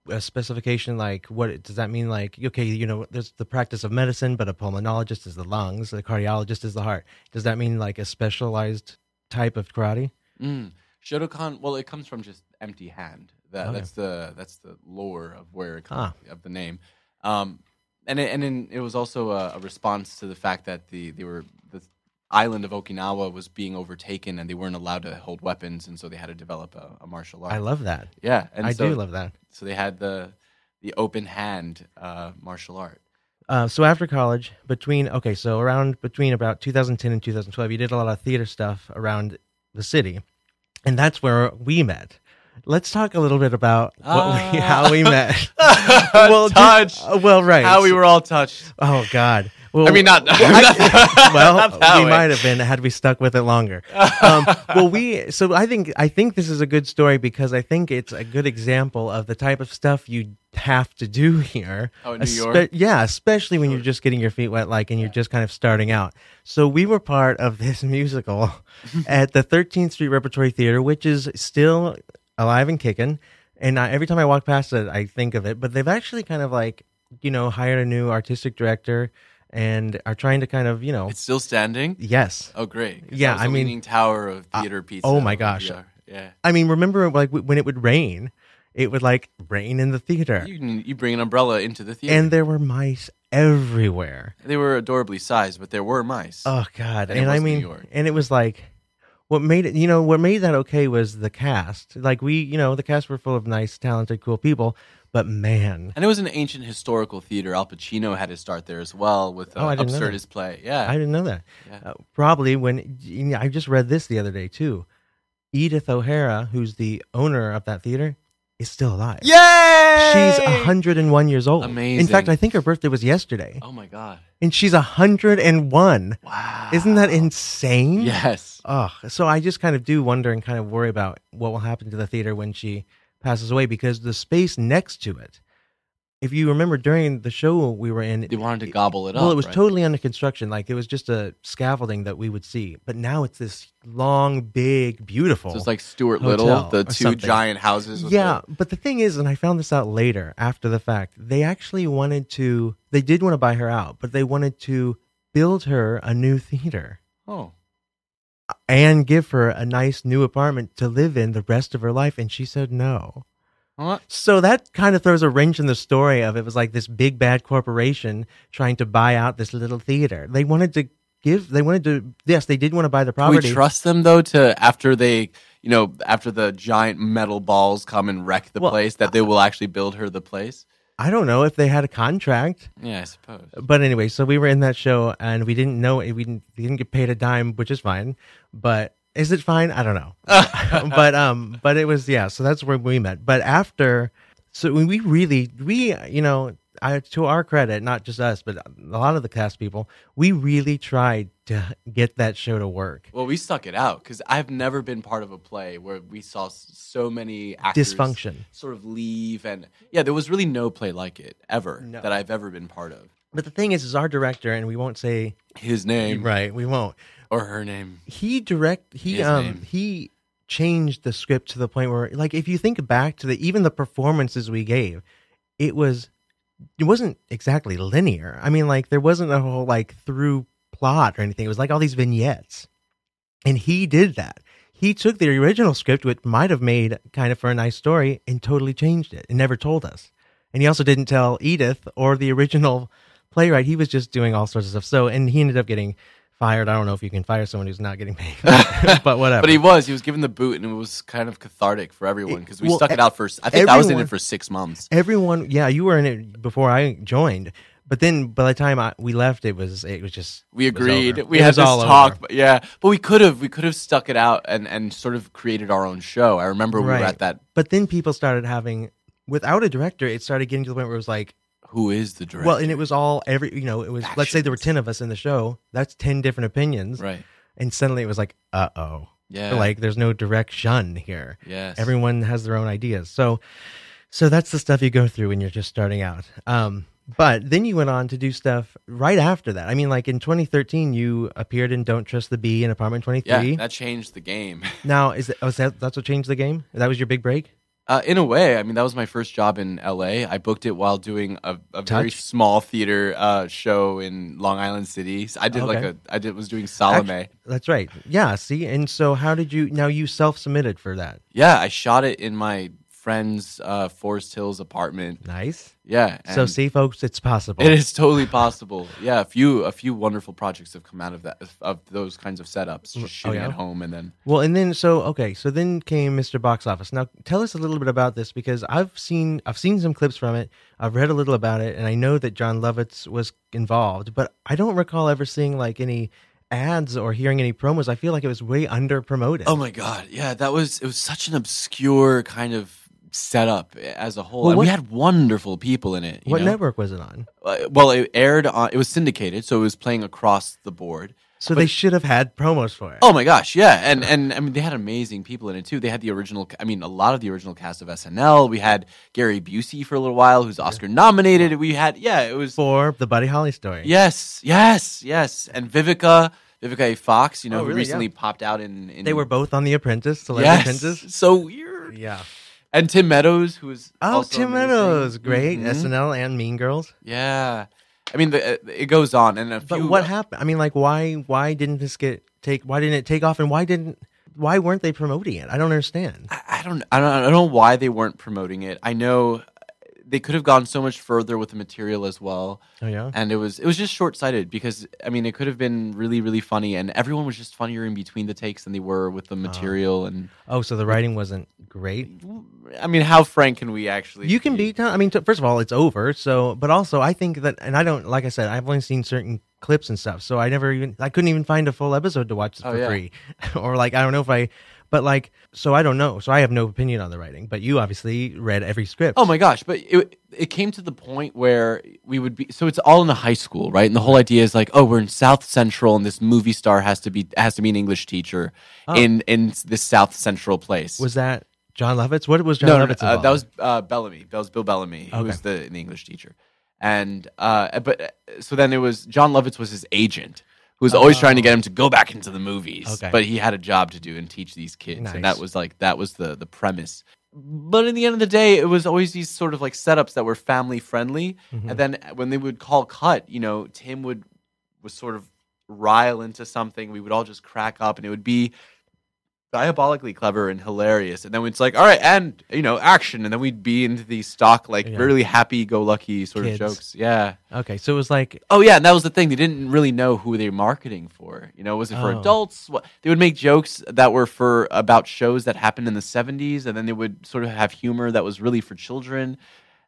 S4: a specification? Like, what it- does that mean? Like, okay, you know, there's the practice of medicine, but a pulmonologist is the lungs, a cardiologist is the heart. Does that mean like a specialized type of karate?
S10: Mm. Shotokan, well, it comes from just empty hand. That,
S4: Okay.
S10: That's the that's the lore of where it comes
S4: Oh, Ah.
S10: of the name. Um, and it, and then it was also a, a response to the fact that the they were the island of Okinawa was being overtaken and they weren't allowed to hold weapons, and so they had to develop a, a martial art.
S4: I love that.
S10: yeah, and
S4: I
S10: so,
S4: do love that.
S10: So they had the the open hand uh, martial art.
S4: Uh, so after college, between okay, so around between about 2010 and 2012, you did a lot of theater stuff around the city, and that's where we met. Let's talk a little bit about what we,
S10: Ah.
S4: how we met.
S10: well,
S4: just-
S10: touched.
S4: uh, well, right.
S10: How we were all touched.
S4: Oh God. Well,
S10: I mean, not.
S4: well,
S10: not that
S4: we
S10: way.
S4: might have been had we stuck with it longer. Um, well, we so I think I think this is a good story because I think it's a good example of the type of stuff you have to do here.
S10: Oh, in New
S4: Espe-
S10: York?
S4: yeah, especially when you're just getting your feet wet, like, and you're just kind of starting out. So we were part of this musical at the 13th Street Repertory Theater, which is still alive and kicking. And I, every time I walk past it, I think of it. But they've actually kind of like, you know, hired a new artistic director and are trying to kind of, you know,
S10: It's still standing.
S4: Yes.
S10: Oh, great. 'cause
S4: Yeah,
S10: that was
S4: I
S10: the
S4: mean-
S10: Leaning Tower of Theater Pizza.
S4: oh my
S10: over
S4: gosh.
S10: here. Yeah.
S4: I mean, remember like w- when it would rain, it would like rain in the theater,
S10: You, can- you bring an umbrella into the theater.
S4: and there were mice everywhere.
S10: they were adorably sized, but there were mice.
S4: Oh God!
S10: And it
S4: And, I
S10: was New
S4: mean,
S10: York.
S4: and it was like, what made it? You know, what made that okay was the cast. Like we, you know, the cast were full of nice, talented, cool people, but man,
S10: and it was an ancient historical theater. Al Pacino had his start there as well with uh,
S4: Oh, I didn't know that.
S10: Absurdist play. Yeah.
S4: I didn't know that.
S10: Yeah.
S4: Uh, probably when you know, I just read this the other day too. Edith O'Hara, who's the owner of that theater, is still alive.
S10: Yay!
S4: She's 101 years old. In fact,
S10: Amazing.
S4: I think her birthday was yesterday.
S10: Oh my God.
S4: and she's 101.
S10: Wow.
S4: Isn't that insane?
S10: Yes.
S4: Oh, so I just kind of do wonder and kind of worry about what will happen to the theater when she passes away because the space next to it if you remember during the show we were in,
S10: They wanted to gobble it up.
S4: well, Uh, it was
S10: right?
S4: totally under construction. Like it was just a scaffolding that we would see, but now it's this long, big, beautiful.
S10: So it's like Stuart
S4: Hotel
S10: Little, the
S4: or
S10: two
S4: something.
S10: giant houses. With
S4: yeah, but the thing is, and I found this out later after the fact, they actually wanted to, they did want to buy her out, but they wanted to build her a new theater
S10: the- oh,
S4: and give her a nice new apartment to live in the rest of her life. And she said no.
S10: What?
S4: So that kind of throws a wrench in the story of it was like this big bad corporation trying to buy out this little theater. They wanted to give, they wanted to, yes, they did want to buy the
S10: Do we
S4: property.
S10: trust them though to after they you know after the giant metal balls come and wreck the
S4: Well, uh,
S10: place that they will actually build her the place.
S4: I don't know if they had a contract.
S10: Yeah, I suppose.
S4: But anyway, so we were in that show and we didn't know we didn't, we didn't get paid a dime, which is fine. But is it fine? I don't know. but um, but it was yeah. So that's where we met. But after, so we we really we you know I, to our credit, not just us, but a lot of the cast people, we really tried to get that show to work.
S10: Well, we stuck it out because I've never been part of a play where we saw s- so many actors
S4: Dysfunction.
S10: sort of leave, and yeah, there was really no play like it ever
S4: No.
S10: that I've ever been part of.
S4: But the thing is, is our director, and we won't say
S10: His name
S4: right, we won't.
S10: or her name.
S4: he direct he
S10: His
S4: um
S10: name.
S4: he changed the script to the point where like if you think back to the even the performances we gave it was it wasn't exactly linear i mean like there wasn't a whole like through plot or anything it was like all these vignettes and he did that he took the original script which might have made kind of for a nice story and totally changed it and never told us and he also didn't tell edith or the original playwright he was just doing all sorts of stuff so and he ended up getting fired i don't know if you can fire someone who's not getting paid but whatever
S10: But he was he was given the boot, and it was kind of cathartic for everyone because we
S4: Well,
S10: stuck
S4: e-
S10: it out for. s- I think I was in
S4: everyone-
S10: it for six months.
S4: everyone yeah you were in it before i joined but then by the time I, we left it was it was just
S10: We
S4: it was
S10: agreed.
S4: over.
S10: We
S4: It
S10: had
S4: was
S10: this
S4: all over.
S10: talk, but yeah, but we could have we could have stuck it out and and sort of created our own show. I remember we
S4: Right.
S10: were at that.
S4: but then people started having without a director it started getting to the point where it was like
S10: Who is the director?
S4: well and it was all every you know it was let's say there were 10
S10: Factions.
S4: of us in the show that's 10 different opinions
S10: right.
S4: and suddenly it was like uh-oh
S10: Yeah.
S4: like there's no direction here
S10: yes.
S4: everyone has their own ideas so so that's the stuff you go through when you're just starting out um but then you went on to do stuff right after that i mean like in 2013 you appeared in don't trust the bee in apartment 23
S10: Yeah, that changed the game.
S4: now is it, oh, is that that's what changed the game that was your big break
S10: Uh, in a way, I mean, that was my first job in LA. I booked it while doing a, a very
S4: Touch?
S10: small theater uh, show in Long Island City. So I did like a,
S4: Okay.
S10: I did was doing Salome.
S4: Actu- that's right yeah see and so how did you now you self-submitted for that
S10: yeah, I shot it in my friend's uh, Forest Hills apartment.
S4: nice
S10: Yeah,
S4: so
S10: and
S4: see folks it's possible
S10: it is totally possible. yeah, a few a few wonderful projects have come out of that of those kinds of setups, just shooting
S4: Oh, yeah?
S10: at home and then
S4: Well, and then so okay, so then came Mr. Box Office. Now tell us a little bit about this because I've seen I've seen some clips from it. I've read a little about it, and I know that John Lovitz was involved, but I don't recall ever seeing like any ads or hearing any promos. I feel like it was way under promoted.
S10: Oh my god, yeah, that was it was such an obscure kind of setup as a whole.
S4: Well,
S10: and we
S4: what-
S10: had wonderful people in it. you
S4: what
S10: know?
S4: network was it on?
S10: Uh, Well, it aired on. It was syndicated, so it was playing across the board.
S4: So
S10: But-
S4: they should have had promos for it.
S10: Oh my gosh, yeah, and and I mean they had amazing people in it too. They had the original. I mean, a lot of the original cast of SNL. We had Gary Busey for a little while, who's Oscar nominated. We had yeah, it was
S4: for the Buddy Holly story.
S10: yes, yes, yes, and Vivica. Vivica A. Fox, you know,
S4: Oh,
S10: who
S4: really?
S10: recently
S4: Yeah.
S10: popped out in, in
S4: they were both on The Apprentice, Celebrity
S10: yes,
S4: Apprentice.
S10: so weird.
S4: Yeah.
S10: and Tim Meadows, who was
S4: Oh,
S10: also
S4: Tim
S10: amazing.
S4: Meadows, great
S10: Mhm.
S4: SNL and Mean Girls.
S10: Yeah, I mean, the, uh, it goes on, and a few.
S4: But what happened? I mean, like, why why didn't this get take? Why didn't it take off? And why didn't why weren't they promoting it? I don't understand.
S10: I, I don't, I don't, I don't know why they weren't promoting it. I know they could have gone so much further with the material as well,
S4: Oh yeah,
S10: and it was, it was just short sighted because I mean, it could have been really, really funny, and everyone was just funnier in between the takes than they were with
S4: Uh-huh.
S10: the material, and
S4: Oh, so the writing wasn't great.
S10: I mean, how frank can we actually?
S4: You can be. Tom- I mean, t- first of all, it's over. So, but also, I think that, and I don't like I said, I've only seen certain clips and stuff. So I never even I couldn't even find a full episode to watch
S10: Oh,
S4: for
S10: yeah.
S4: free, or like I don't know if I, but like so I don't know. So I have no opinion on the writing. But you obviously read every script.
S10: Oh my gosh! But it it came to the point where we would be. So it's all in a high school, right? And the whole idea is like, oh, we're in South Central, and this movie star has to be has to be an English teacher in in this South Central place.
S4: Was that John Lovitz. What was John
S10: No, no, no,
S4: Lovitz?
S10: uh,
S4: involved
S10: that
S4: in?
S10: was uh, Bellamy. That was Bill Bellamy, who
S4: Okay.
S10: was the, the English teacher. And uh, but uh, so then it was John Lovitz was his agent, who was always trying to get him to go back into the movies.
S4: Oh. Okay.
S10: But he had a job to do and teach these kids,
S4: Nice.
S10: and that was like that was the the premise. But in the end of the day, it was always these sort of like setups that were family friendly.
S4: Mm-hmm.
S10: And then when they would call cut, you know, Tim would was sort of rile into something. We would all just crack up, and it would be diabolically clever and hilarious. And then it's like, all right, and you know, action. And then we'd be into these stock, like
S4: Yeah.
S10: really happy go lucky sort
S4: Kids.
S10: of jokes. Yeah.
S4: okay. So it was like
S10: Oh yeah, and that was the thing. They didn't really know who they were marketing for. You know, was it for
S4: Oh.
S10: adults? What they would make jokes that were for about shows that happened in the seventies, and then they would sort of have humor that was really for children.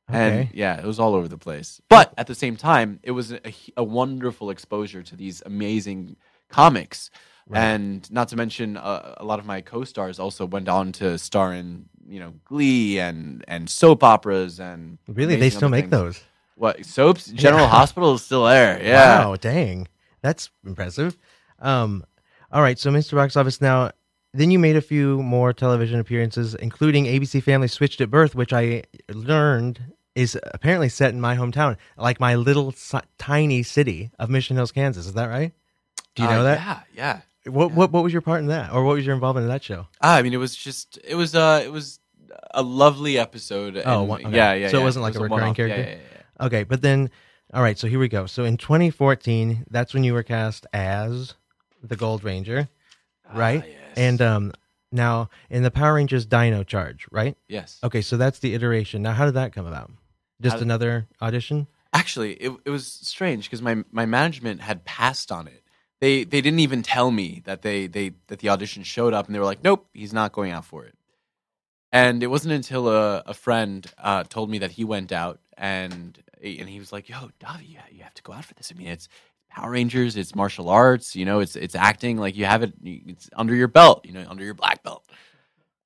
S10: And
S4: Okay.
S10: yeah, it was all over the place. But at the same time, it was a, a wonderful exposure to these amazing comics, and not to mention uh, a lot of my co-stars also went on to star in you know Glee and and soap operas and
S4: really they
S10: amazing
S4: still
S10: other
S4: make
S10: things.
S4: those.
S10: What soaps? General Hospital is still there. Yeah.
S4: Wow, dang. That's impressive. Um, all right, so Mr. Box Office now. Then you made a few more television appearances, including ABC Family Switched at Birth, which I learned is apparently set in my hometown, like my little si- tiny city of Mission Hills, Kansas. Is that right? Do you
S10: Uh,
S4: know that?
S10: Yeah, yeah.
S4: What, what what was your part in that, or what was your involvement in that show?
S10: Ah, I mean, it was just it was uh it was a lovely episode.
S4: Oh,
S10: and-
S4: one- okay.
S10: yeah, yeah.
S4: So it
S10: yeah.
S4: wasn't like
S10: was
S4: a recurring
S10: one-off. Yeah,
S4: character?
S10: Yeah, yeah, yeah.
S4: Okay, but then, all right, so here we go. So in 2014, that's when you were cast as the Gold Ranger, right?
S10: Ah, yes.
S4: And um, now in the Power Rangers Dino Charge, right?
S10: Yes.
S4: Okay, so that's the iteration. Now, how did that come about? Just
S10: How did-
S4: another audition?
S10: Actually, it it was strange because my my management had passed on it. They they didn't even tell me that they they that the audition showed up, and they were like, "Nope, he's not going out for it." And it wasn't until a, a friend uh, told me that he went out and and he was like, "Yo, Davi, you, you have to go out for this. I mean, it's Power Rangers, it's martial arts, you know, it's it's acting. Like you have it, it's under your belt, you know, under your black belt."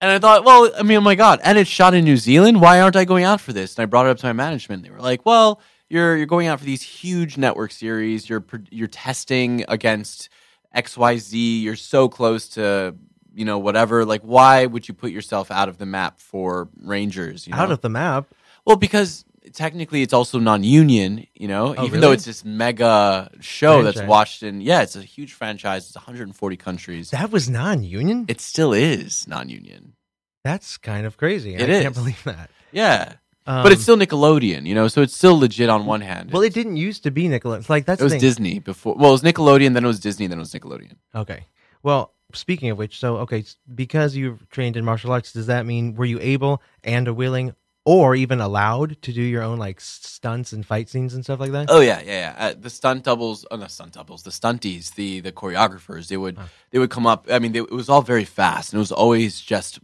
S10: And I thought, well, I mean, oh my god, and it's shot in New Zealand. Why aren't I going out for this? And I brought it up to my management. They were like, well, you're you're going out for these huge network series. You're pr- you're testing against X Y Z. You're so close to you know whatever. Like, why would you put yourself out of the map for Rangers? You know?
S4: Out of the map.
S10: Well, because technically it's also non-union, you know, even though
S4: Oh, really?
S10: it's this mega show that's
S4: Franchise.
S10: watched in yeah, it's a huge franchise. It's 140 countries.
S4: That was non union?
S10: it still is non-union.
S4: That's kind of crazy. I
S10: It
S4: can't
S10: is.
S4: believe that.
S10: Yeah.
S4: Um,
S10: but it's still Nickelodeon, you know, so it's still legit on one hand.
S4: Well, it didn't used to be Nickelodeon. Like, that's
S10: it was
S4: the thing.
S10: Disney before. Well, it was Nickelodeon, then it was Disney, then it was Nickelodeon.
S4: Okay. Well, speaking of which, so okay, s- because you've trained in martial arts, does that mean were you able and a willing or even allowed to do your own like s- stunts and fight scenes and stuff like that?
S10: Oh yeah, yeah, yeah. Uh, the stunt doubles, oh, not stunt doubles, the stunties, the the choreographers, they would they would come up. I mean, they, it was all very fast, and it was always just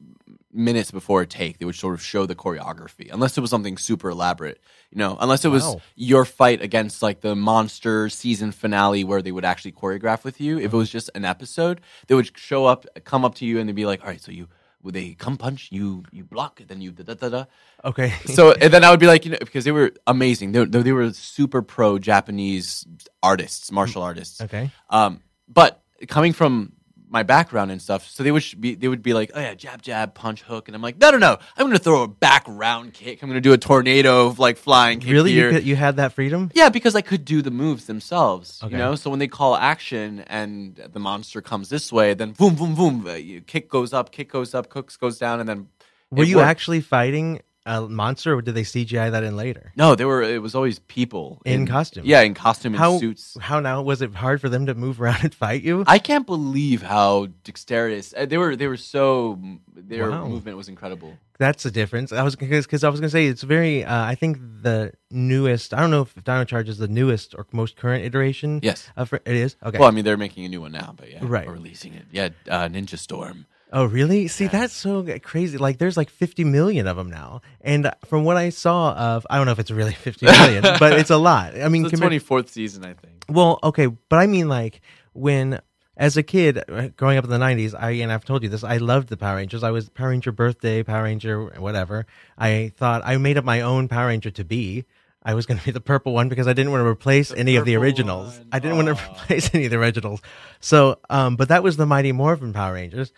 S10: minutes before a take. They would sort of show the choreography, unless it was something super elaborate, you know. Unless it was
S4: Wow.
S10: your fight against like the monster season finale, where they would actually choreograph with you. If it was just an episode, they would show up, come up to you, and they'd be like, "All right, so you." They come punch you, you block, then you da da da da
S4: Okay.
S10: so and then I would be like, you know, because they were amazing. They, were- they were super pro Japanese artists, martial artists.
S4: okay.
S10: Um, but coming from my background and stuff, so they would sh- be they would be like, oh yeah, jab jab, punch hook, and I'm like, no no no, I'm gonna throw a back round kick. I'm gonna do a tornado of like flying kick
S4: Really, you,
S10: here.
S4: could, you had that freedom?
S10: Yeah, because I could do the moves themselves,
S4: Okay.
S10: you know. So when they call action and the monster comes this way, then boom, boom, boom, uh, you- kick goes up, kick goes up, cooks goes down, and then
S4: Were
S10: it
S4: you
S10: worked.
S4: actually fighting a monster, or did they CGI that in later?
S10: No, they were. It was always people
S4: In costume.
S10: Yeah, in costume and
S4: How
S10: suits.
S4: how now was it hard for them to move around and fight you?
S10: I can't believe how dexterous uh, they were. They were so their
S4: Wow.
S10: movement was incredible.
S4: That's the difference. I was because I was gonna say it's very. Uh, I think the newest. I don't know if Dino Charge is the newest or most current iteration.
S10: Yes.
S4: of, it is. Okay.
S10: Well, I mean, they're making a new one now, but yeah,
S4: Right.
S10: or releasing it. Yeah, uh, Ninja Storm.
S4: Oh, really? See, that's so g- crazy. Like, there's like 50 million of them now. And from what I saw of, I don't know if it's really 50 million, but it's a lot. I mean,
S10: It's the
S4: compared-
S10: twenty fourth season, I think.
S4: well, okay, but I mean, like, when as a kid uh, growing up in the 90s, I, and I've told you this, I loved the Power Rangers. I was Power Ranger birthday, Power Ranger, whatever. I thought I made up my own Power Ranger to be. I was going to be the purple one because I didn't want to replace any of the
S10: purple
S4: originals.
S10: one.
S4: I didn't want to replace any of the originals. So, um, but that was the Mighty Morphin Power Rangers.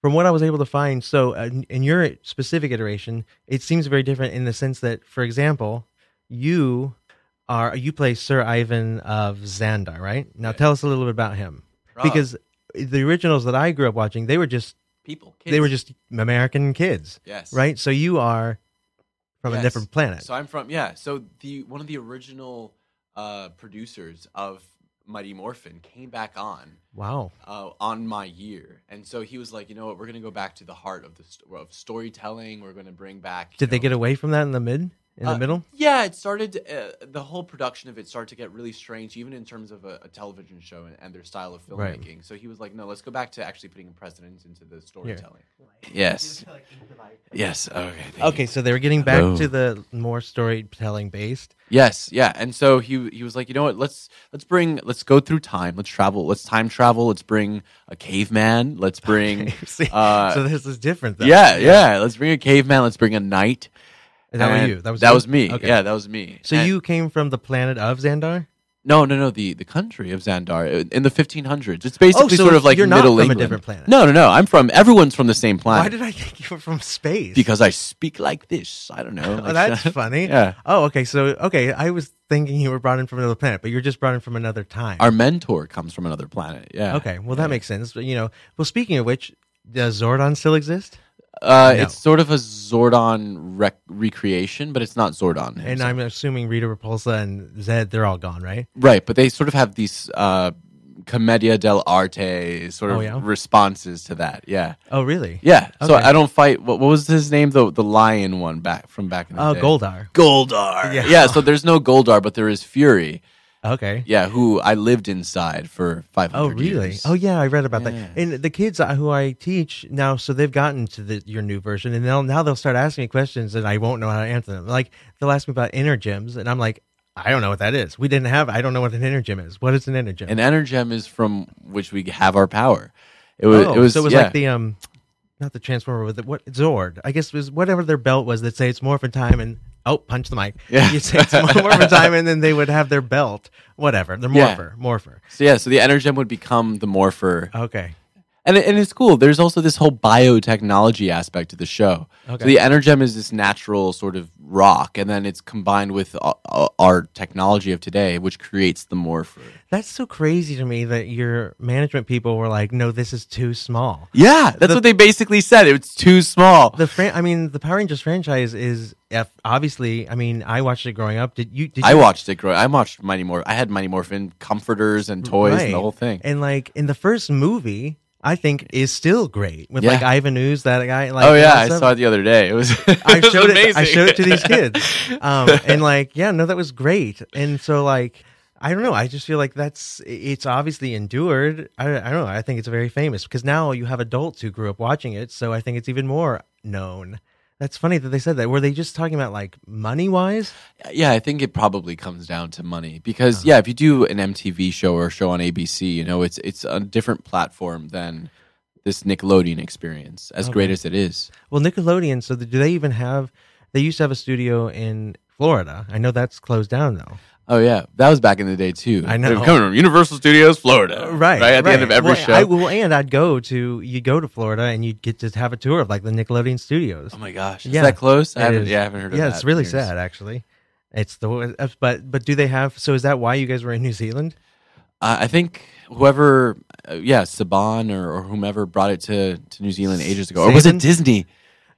S4: from what I was able to find, so uh, in- in your specific iteration, it seems very different in the sense that, for example, you are you play Sir Ivan of Xandar, right? Now tell us a little bit about him, because the originals that I grew up watching, they were just
S10: people,
S4: they were just American kids,
S10: yes,
S4: right? So you are from
S10: Yes.
S4: a different planet.
S10: So I'm from yeah. So the one of the original uh, producers of Mighty Morphin came back on
S4: wow,
S10: uh, on my year, and so he was like, you know what, we're gonna go back to the heart of the st- of storytelling. We're gonna bring back. you
S4: did they
S10: know-
S4: get away from that in the mid in
S10: Uh,
S4: the middle?
S10: Yeah, it started. Uh, the whole production of it started to get really strange, even in terms of a, a television show and, and their style of
S4: Right.
S10: filmmaking. So he was like, "No, let's go back to actually putting precedence into the storytelling." Yes. Yes. Okay. thank you.
S4: Okay, so they were getting back
S10: Hello.
S4: to the more storytelling based.
S10: Yes, yeah. And so he he was like, you know what? Let's let's bring let's go through time. Let's travel. Let's time travel. Let's bring a caveman. Let's bring
S4: See,
S10: uh,
S4: so this is different. Though.
S10: yeah, yeah. Let's bring a caveman. Let's bring a knight.
S4: Is that
S10: And
S4: were you? That was
S10: that
S4: you?
S10: was me.
S4: Okay.
S10: Yeah, that was me.
S4: So
S10: And-
S4: you came from the planet of Xandar.
S10: no no no the the country of Xandar uh, in the 1500s. It's basically
S4: Oh, so
S10: sort of like
S4: you're not
S10: Middle
S4: from a
S10: England.
S4: different planet.
S10: No no no. I'm from everyone's from the same planet.
S4: Why did I think you were from space?
S10: because I speak like this. I don't know.
S4: oh, that's funny.
S10: yeah.
S4: Oh, okay. So okay, I was thinking you were brought in from another planet, but you're just brought in from another time.
S10: Our mentor comes from another planet. Yeah.
S4: okay. Well, that makes sense. But, you know. Well, speaking of which, does Zordon still exist?
S10: Uh,
S4: No.
S10: It's sort of a Zordon rec- recreation, but it's not Zordon.
S4: And
S10: himself.
S4: I'm assuming Rita Repulsa and Zed, they're all gone, right?
S10: right, but they sort of have these uh, commedia dell'arte sort of
S4: Oh, yeah?
S10: responses to that. Yeah,
S4: Oh, really?
S10: yeah. So
S4: Okay.
S10: I don't fight. What, what was his name? The the lion one back from back in the
S4: Oh,
S10: day.
S4: Goldar.
S10: Goldar.
S4: Yeah.
S10: Yeah. So there's no Goldar, but there is Fury.
S4: Okay.
S10: Yeah, who I lived inside for 500
S4: Oh really?
S10: years.
S4: Oh yeah, I read about
S10: Yeah.
S4: that. And the kids I- who I teach now, so they've gotten to the, your new version, and they'll now they'll start asking me questions, and I won't know how to answer them. Like they'll ask me about energems, and I'm like, I don't know what that is. We didn't have. I don't know what an energem is. What is an energem?
S10: An energem is from which we have our power. It was.
S4: oh,
S10: it was,
S4: so it was
S10: yeah.
S4: like the um, not the transformer with the, what Zord. I guess it was whatever their belt was. They'd say it's morphin time, and oh, punch the mic.
S10: Yeah.
S4: You'd say it's morphin time, and then they would have their belt, whatever. They're
S10: Yeah.
S4: morpher, morpher.
S10: So yeah, so the energem would become the morpher,
S4: Okay.
S10: and it- and it's cool. There's also this whole biotechnology aspect to the show.
S4: Okay.
S10: So the energem is this natural sort of rock, and then it's combined with uh, uh, our technology of today, which creates the morpher.
S4: That's so crazy to me that your management people were like, "No, this is too small."
S10: Yeah, that's what they basically said. It's too small.
S4: The fran- I mean, the Power Rangers franchise is f- obviously. I mean, I watched it growing up. Did you? Did
S10: I
S4: you-
S10: watched it grow. I watched Mighty Morph. I had Mighty Morphin comforters and toys and the
S4: Right.
S10: whole thing.
S4: And like in the first movie, I think is still great with
S10: Yeah.
S4: like Ivan Ooze, that guy. Like,
S10: oh yeah,
S4: that
S10: I
S4: stuff.
S10: saw it the other day. It was.
S4: I
S10: it was
S4: showed it. I
S10: amazing.
S4: showed it to these kids, um, and like, yeah, no, that was great. And so, like, I don't know. I just feel like that's it's obviously endured. I, I don't know. I think it's very famous because now you have adults who grew up watching it, so I think it's even more known. That's funny that they said that. Were they just talking about like money wise?
S10: Yeah, I think it probably comes down to money because
S4: Uh-huh.
S10: yeah, if you do an MTV show or a show on ABC, you know, it's it's a different platform than this Nickelodeon experience, as great as it is.
S4: Well, Nickelodeon. So do they even have? They used to have a studio in Florida. I know that's closed down though.
S10: Oh yeah, that was back in the day too.
S4: I know.
S10: They're coming from Universal Studios, Florida,
S4: right
S10: Right at the end of every
S4: Well,
S10: show.
S4: I, well and i'd go to you go to florida and you'd get to have a tour of like the nickelodeon studios
S10: oh my gosh, is
S4: Yeah,
S10: that close? I
S4: It
S10: haven't,
S4: is-
S10: yeah, I haven't heard of
S4: yeah
S10: that.
S4: it's
S10: in
S4: really
S10: years.
S4: sad actually it's the uh, but but do they have so is that why you guys were in new zealand
S10: Uh, I think whoever, uh, yeah, Saban or, or whomever brought it to, to New Zealand ages ago, or was
S4: Saban?
S10: it Disney?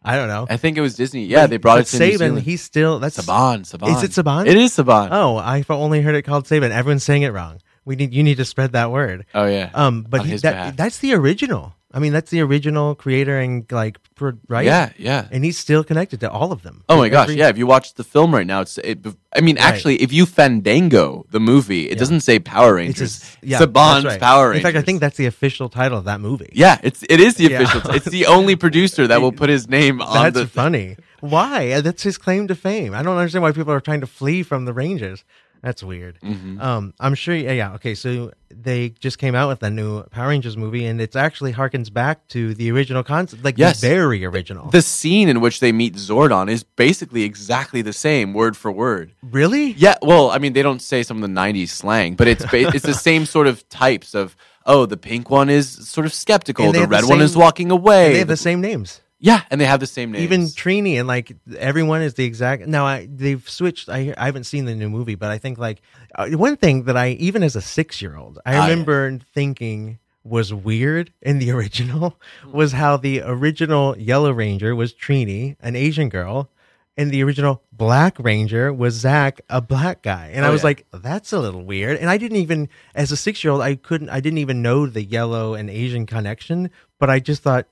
S4: i don't know
S10: I think it was Disney. Yeah, they brought
S4: But
S10: it to New
S4: saban
S10: Zealand.
S4: he's still that's
S10: Saban, Saban.
S4: Is it Saban?
S10: It is Saban.
S4: oh i've only heard it called saban everyone's saying it wrong we need you need to spread that word
S10: Oh yeah.
S4: um but
S10: On
S4: he,
S10: his
S4: that,
S10: behalf.
S4: that's the original i mean that's the original creator and like pro- right
S10: Yeah, yeah.
S4: and he's still connected to all of them
S10: Oh my gosh,
S4: Every-
S10: yeah. If you watch the film right now, it's it. bef- I mean, actually, if you Fandango the movie, it doesn't say Power
S4: It's
S10: Rangers.
S4: just yeah,
S10: Saban's
S4: that's right.
S10: Power Rangers.
S4: In fact, I think that's the official title of that movie.
S10: yeah, it's it is the
S4: Yeah.
S10: official. it's the only producer that will put his name on
S4: that's
S10: the.
S4: funny. Why? Uh, That's his claim to fame. I don't understand why people are trying to flee from the Rangers. That's weird.
S10: Mm-hmm.
S4: Um, I'm sure. Yeah, yeah. Okay, so they just came out with a new Power Rangers movie, and it's actually harkens back to the original concept, like
S10: Yes.
S4: the very original.
S10: The scene in which they meet Zordon is basically exactly the same, word for word.
S4: really?
S10: Yeah, well, I mean, they don't say some of the '90s slang, but it's ba- it's the same sort of types of oh, the pink one is sort of skeptical,
S4: And they
S10: the
S4: have the
S10: red one is
S4: same-
S10: walking away.
S4: And they have
S10: The-
S4: the same names.
S10: yeah, and they have the same name.
S4: Even Trini and like everyone is the exact. Now I they've switched. I I haven't seen the new movie, but I think like uh, one thing that I even as a six year old
S10: Ah, yeah.
S4: I remember thinking was weird in the original was how the original Yellow Ranger was Trini, an Asian girl. And the original Black Ranger was Zach, a black guy, and I
S10: Oh,
S4: was
S10: yeah.
S4: like, "That's a little weird." And I didn't even, as a six-year-old, I couldn't, I didn't even know the yellow and Asian connection. But I just thought,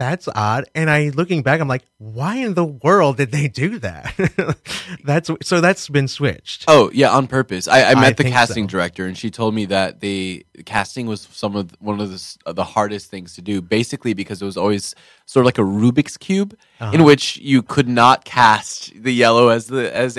S4: that's odd. And I looking back, I'm like, why in the world did they do that? that's so that's been switched.
S10: Oh yeah, on purpose. I, I
S4: I
S10: met the
S4: think
S10: casting
S4: so.
S10: director, and she told me that the casting was some of the, one of the s- uh, the hardest things to do, basically because it was always sort of like a Rubik's cube,
S4: Uh-huh.
S10: in which you could not cast the yellow as the as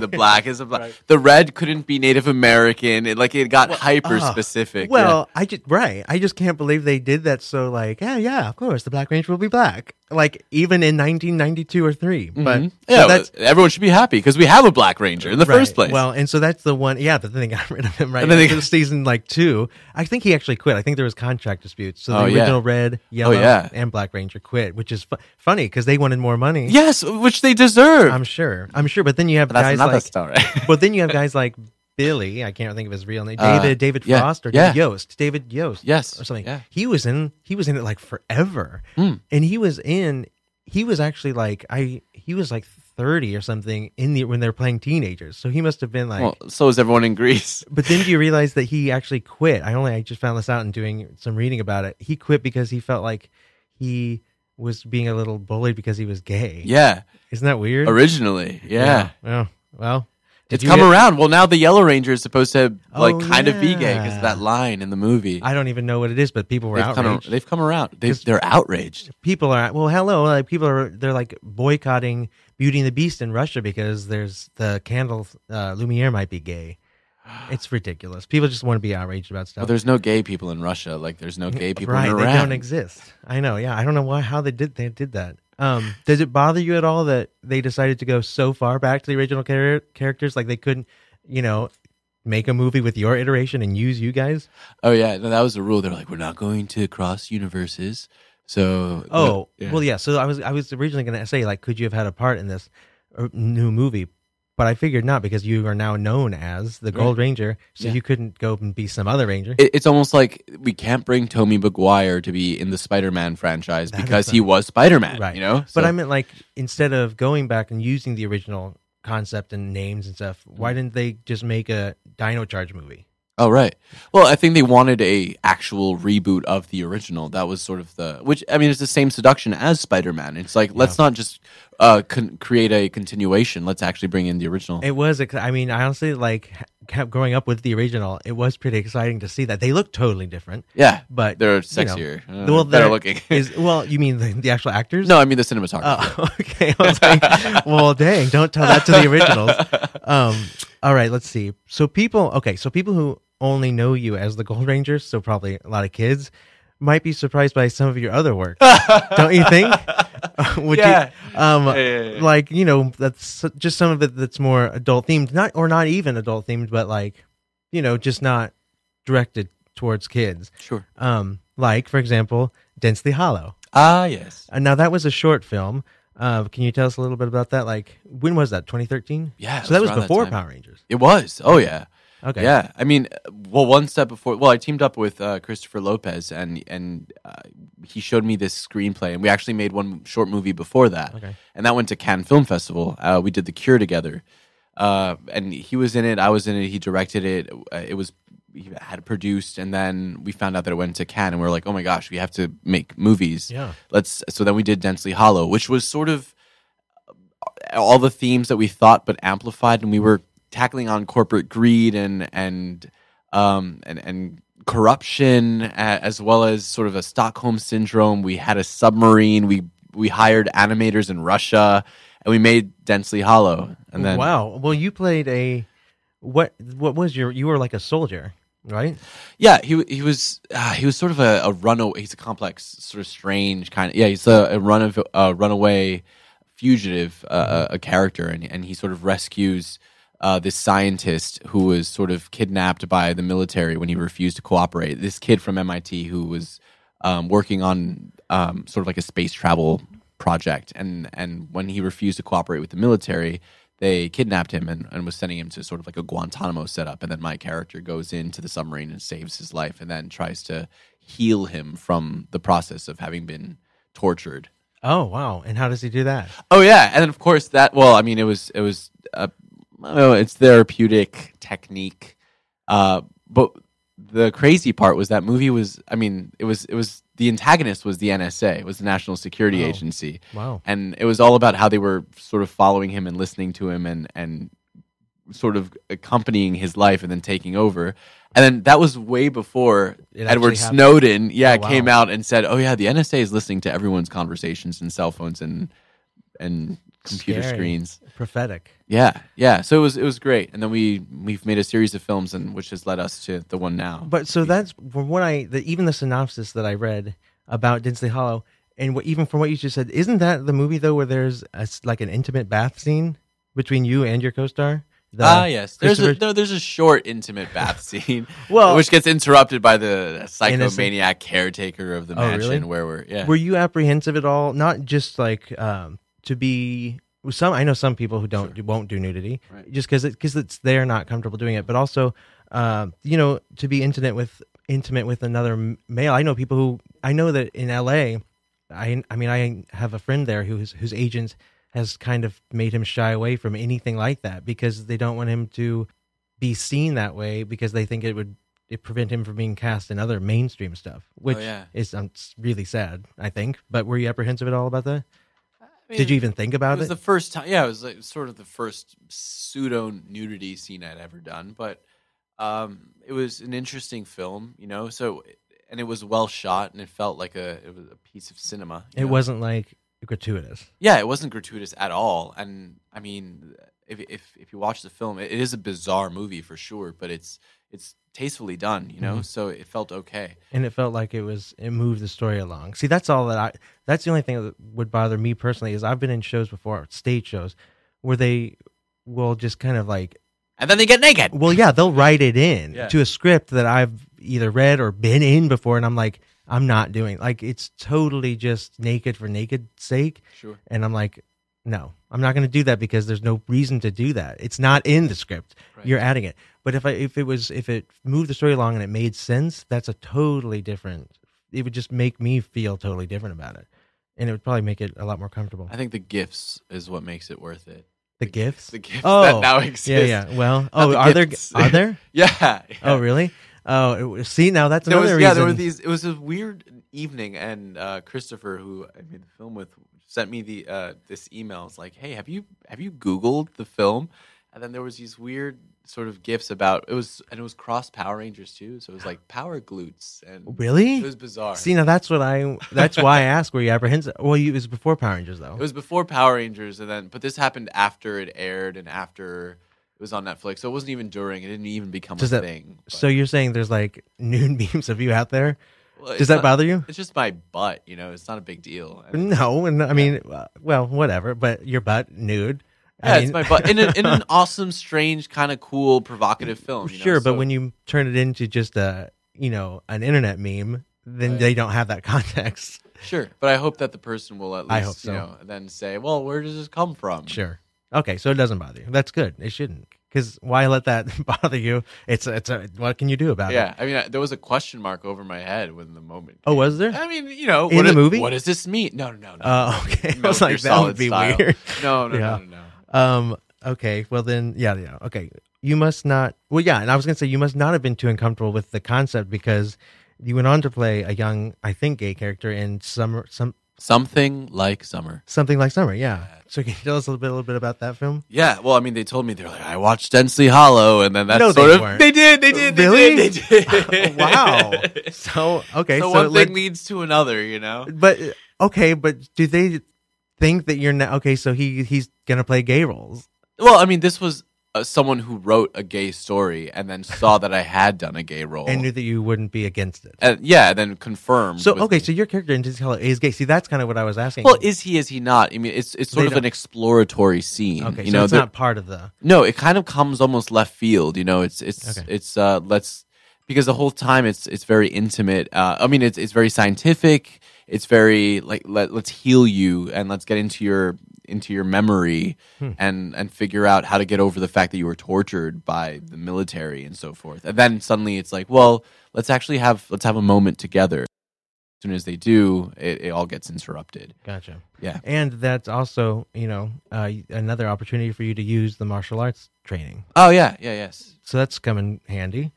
S10: the black as a black, the red couldn't be Native American. It, like it got hyper
S4: ah,
S10: specific.
S4: Well, I just right. I just can't believe they did that. So like, yeah, yeah, of course, the Black Ranger will be black. Like even in 1992 or 3
S10: yeah,
S4: But
S10: Mhm.
S4: so
S10: Yeah,
S4: that's
S10: everyone should be happy because we have a black ranger in the first
S4: Right.
S10: place.
S4: Well, and so that's the one. Yeah, but then they got rid of him right
S10: And then they
S4: after
S10: got-
S4: season like two. I think he actually quit. I think there was contract disputes. So the
S10: Oh, yeah.
S4: original Red, Yellow,
S10: yeah.
S4: and Black Ranger quit, which is fu- funny because they wanted more money.
S10: yes, which they deserve.
S4: I'm sure. I'm sure. But then you have
S10: But that's
S4: guys
S10: another
S4: like
S10: story.
S4: but then you have guys like Billy. I can't think of his real name.
S10: Uh,
S4: David David
S10: yeah,
S4: Frost or David Yost. David Yost.
S10: Yes,
S4: or something.
S10: yeah.
S4: He was in. He was in it like forever,
S10: Hmm.
S4: and he was in. He was actually like I. He was like thirty or something in the when they were playing teenagers. So he must have been like.
S10: well, so is everyone in Greece.
S4: but then do you realize that he actually quit? I only I just found this out in doing some reading about it. He quit because he felt like he was being a little bullied because he was gay.
S10: Yeah.
S4: Isn't that weird?
S10: Originally, yeah.
S4: Yeah. Well, did
S10: It's
S4: you
S10: come
S4: get-
S10: around. Well, now the Yellow Ranger is supposed to like
S4: Oh,
S10: kind of be gay because
S4: yeah.
S10: of that line in the movie.
S4: I don't even know what it is, but people were
S10: they've, come,
S4: outraged.
S10: they've come around. They've,
S4: 'Cause-
S10: they're outraged.
S4: people are well, hello, like people are they're like boycotting Beauty and the Beast in Russia because there's the candle uh, Lumiere might be gay. It's ridiculous. People just want to be outraged about
S10: Well,
S4: stuff.
S10: there's no gay people in Russia. Like there's no gay people
S4: right,
S10: in
S4: they
S10: Iran.
S4: don't exist. I know. Yeah, I don't know why how they did they did that. Um, does it bother you at all that they decided to go so far back to the original char- characters? Like they couldn't, you know, make a movie with your iteration and use you guys?
S10: oh yeah, no, that was the rule. They're like, we're not going to cross universes. So
S4: Oh
S10: yeah.
S4: well, yeah. So I was I was originally going to say like, could you have had a part in this uh, new movie? But I figured not because you are now known as the Gold Ranger, so
S10: Yeah.
S4: you couldn't go and be some other Ranger.
S10: It- it's almost like we can't bring Tommy Maguire to be in the Spider-Man franchise
S4: That'd be
S10: because he
S4: funny.
S10: was Spider-Man. You know.
S4: But
S10: So-
S4: I meant like instead of going back and using the original concept and names and stuff,
S10: Mm.
S4: why didn't they just make a Dino Charge movie?
S10: Oh right. Well, I think they wanted a actual reboot of the original. That was sort of the which I mean, it's the same seduction as Spider Man. It's like let's not just uh, con- create a continuation. Let's actually bring in the original.
S4: It was. ex- I mean, I honestly like ha- kept growing up with the original. It was pretty exciting to see that they look totally different,
S10: yeah,
S4: but
S10: they're
S4: you know,
S10: sexier. Uh,
S4: well,
S10: better
S4: they're-
S10: looking.
S4: is well, you mean the, the actual actors?
S10: no, I mean the cinematography.
S4: Oh, okay. I was like, well, dang, don't tell that to the originals. Um, all right, let's see. So people, okay, so people who only know you as the Gold Ranger, so probably a lot of kids, might be surprised by some of your other work, don't you think? Would
S10: Yeah.
S4: you, um,
S10: yeah, yeah.
S4: like you know, that's just some of it that's more adult themed, not or not even adult themed, but like, you know, just not directed towards kids.
S10: Sure.
S4: Um, like for example, Densely Hollow.
S10: Ah yes.
S4: Uh, now that was a short film. Uh, can you tell us a little bit about that? Like when was that? 2013.
S10: Yeah, it
S4: So that was
S10: was around that
S4: before
S10: time.
S4: Power Rangers.
S10: It was. Oh yeah.
S4: Okay.
S10: Yeah, I mean, uh, well, one step before. Well, I teamed up with uh, Christopher Lopez, and and uh, he showed me this screenplay, and we actually made one short movie before that,
S4: Okay.
S10: and that went to Cannes Film Festival. Uh, we did The Cure together, uh, and he was in it, I was in it, he directed it. Uh, it was he had produced, and then we found out that it went to Cannes, and we were like, oh my gosh, we have to make movies.
S4: Yeah.
S10: let's. So then we did Densely Hollow, which was sort of all the themes that we thought but amplified and we were tackling on corporate greed and and um and and corruption a- as well as sort of a Stockholm syndrome we had a submarine we we hired animators in Russia and we made Densely Hollow and then
S4: wow. Well, you played a what? What was your? You were like a soldier, right?
S10: yeah he he was uh, he was sort of a, a runaway he's a complex sort of strange kind of yeah he's a, a run of a runaway fugitive uh, a- a character and and he sort of rescues uh, this scientist who was sort of kidnapped by the military when he refused to cooperate. This kid from MIT who was um, working on um, sort of like a space travel project, and and when he refused to cooperate with the military, they kidnapped him and, and was sending him to sort of like a Guantanamo setup. And then my character goes into the submarine and saves his life, and then tries to heal him from the process of having been tortured.
S4: Oh wow! And how does he do that?
S10: Oh yeah, and of course that. Well, I mean, it was it was. Uh, oh, it's therapeutic technique. Uh, but the crazy part was that movie was. I mean, it was it was the antagonist was the NSA, it was the National Security
S4: Wow.
S10: Agency,
S4: Wow.
S10: and it was all about how they were sort of following him and listening to him and and sort of accompanying his life and then taking over. And then that was way before
S4: It
S10: Edward
S4: actually happened.
S10: Snowden, yeah,
S4: Oh, wow.
S10: came out and said, "Oh yeah, the NSA is listening to everyone's conversations and cell phones and and computer
S4: Scary.
S10: screens."
S4: Prophetic.
S10: Yeah, yeah. So it was it was great. And then we we've made a series of films, and which has led us to the one now.
S4: But so that's from what I the, even the synopsis that I read about Dinsley Hollow, and what, even from what you just said, isn't that the movie though where there's a s like an intimate bath scene between you and your co-star? The-
S10: Ah yes, there's a
S4: Christopher-
S10: no, there's a short intimate bath scene,
S4: Well-
S10: which gets interrupted by the psychomaniac
S4: Oh. Innocent.
S10: caretaker of the
S4: Oh,
S10: mansion
S4: really?
S10: where we're yeah.
S4: Were you apprehensive at all? Not just like um, to be some. I know some people who don't won't do nudity
S10: Right.
S4: just because because it's they're not comfortable doing it. But also, um, you know, to be intimate with intimate with another m- male. I know people who I know that in L.A. I I mean I have a friend there who's whose agent has kind of made him shy away from anything like that because they don't want him to be seen that way because they think it would it prevent him from being cast in other mainstream stuff, which
S10: Oh, yeah.
S4: is um, it's really sad, I think. But were you apprehensive at all about that? Did you even think
S10: It
S4: about
S10: was
S4: it?
S10: the first time. Yeah, it was like sort of the first pseudo nudity scene I'd ever done, but um, it was an interesting film, you know. So and it was well shot, and it felt like a it was a piece of cinema. you
S4: it
S10: know?
S4: wasn't like gratuitous.
S10: yeah, it wasn't gratuitous at all. And I mean, if if, if you watch the film, it, it is a bizarre movie for sure, but it's it's tastefully done, you know.
S4: Mm-hmm.
S10: So it felt okay.
S4: and it felt like it was it moved the story along. See, that's all that I. That's the only thing that would bother me personally is I've been in shows before, stage shows, where they will just kind of like,
S10: And then they get naked.
S4: well, yeah, they'll write it in
S10: Yeah.
S4: to a script that I've either read or been in before, and I'm like, I'm not doing like it's totally just naked for naked sake,
S10: Sure.
S4: and I'm like, no, I'm not going to do that because there's no reason to do that. It's not in the script.
S10: Right.
S4: You're adding it. But if I if it was if it moved the story along and it made sense, that's a totally different. It would just make me feel totally different about it, and it would probably make it a lot more comfortable.
S10: I think the gifts is what makes it worth it.
S4: The gifts.
S10: The gifts
S4: Oh,
S10: that now exist.
S4: yeah, yeah. Well,
S10: Not
S4: oh,
S10: the
S4: are
S10: gifts.
S4: there? Are there?
S10: yeah. yeah.
S4: Oh, really? Oh, it was- see, now that's
S10: There
S4: another
S10: was,
S4: reason.
S10: yeah, there were these. It was a weird evening, and uh, Christopher, who I made the film with, sent me the uh, this email. It's like, hey, have you have you Googled the film? And then there was these weird sort of gifs about it was, and it was cross Power Rangers too. So it was like power glutes, and
S4: Really?
S10: it was bizarre.
S4: See, now that's what I. That's why I asked. Were you apprehensive? Well, you, it was before Power Rangers, though.
S10: It was before Power Rangers, and then but this happened after it aired and after it was on Netflix. So it wasn't even during. It didn't even become
S4: Does
S10: a
S4: that-
S10: thing. but-
S4: so you're saying there's like nude beams of you out there?
S10: Well, Uh, it's
S4: Does that
S10: not-
S4: bother you?
S10: It's just my butt. You know, it's not a big deal. And-
S4: No, and I mean, uh, well, whatever. But your butt nude. I
S10: Yeah, it's
S4: mean-
S10: my butt in, a, in an awesome, strange, kind of cool, provocative film. you know,
S4: sure, but
S10: so-
S4: when you turn it into just a you know an internet meme, then
S10: Right.
S4: they don't have that context.
S10: sure, but I hope that the person will at least
S4: I hope so.
S10: you know then say, "Well, where does this come from?"
S4: Sure. Okay, so it doesn't bother you. That's good. It shouldn't. Because why let that bother you? It's it's a, what can you do about it?
S10: Yeah, I mean, I, there was a question mark over my head when the moment.
S4: Oh,
S10: came.
S4: was there?
S10: I mean, you know,
S4: In
S10: what
S4: the
S10: do-
S4: movie?
S10: what does this mean? No, no, no, no.
S4: Uh, okay, I
S10: Metal
S4: was
S10: Gear
S4: like that
S10: Solid
S4: would be
S10: style.
S4: weird.
S10: no, no,
S4: Yeah.
S10: no, no, no.
S4: Um. Okay. Well, then, yeah, yeah. Okay. You must not. Well, yeah. And I was gonna say you must not have been too uncomfortable with the concept because you went on to play a young, I think, gay character in summer, some
S10: Something like summer.
S4: something like summer. Yeah. So can you tell us a little bit, a little bit about that film?
S10: Yeah, well, I mean, they told me they're like, I watched Densely Hollow, and then that's
S4: No, they
S10: sort of
S4: weren't.
S10: they did, they did, they
S4: Really? Oh,
S10: did, they did.
S4: wow. So okay. So,
S10: so, one
S4: it
S10: thing
S4: led-
S10: leads to another, you know.
S4: but okay. But do they think that you're not okay? So he he's gonna play gay roles.
S10: Well, I mean, this was uh, someone who wrote a gay story and then saw that I had done a gay role.
S4: and knew that you wouldn't be against it.
S10: And- yeah, and then confirmed.
S4: So
S10: with
S4: okay,
S10: me.
S4: so your character in Disney Color is gay. See, that's kind of what I was asking.
S10: well, is he? Is he not? I mean, it's it's sort
S4: They
S10: of
S4: don't-
S10: an exploratory scene.
S4: okay,
S10: you
S4: so
S10: know,
S4: it's
S10: there-
S4: not part of the.
S10: No, it kind of comes almost left field. You know, it's it's
S4: Okay.
S10: it's uh let's because the whole time it's it's very intimate. Uh, I mean, it's it's very scientific. It's very like let let's heal you and let's get into your into your memory and and figure out how to get over the fact that you were tortured by the military and so forth. And then suddenly it's like, well, let's actually have let's have a moment together. As soon as they do, it, it all gets interrupted.
S4: Gotcha.
S10: Yeah.
S4: and that's also you know uh, another opportunity for you to use the martial arts training.
S10: Oh yeah, yeah, yes.
S4: So that's coming handy.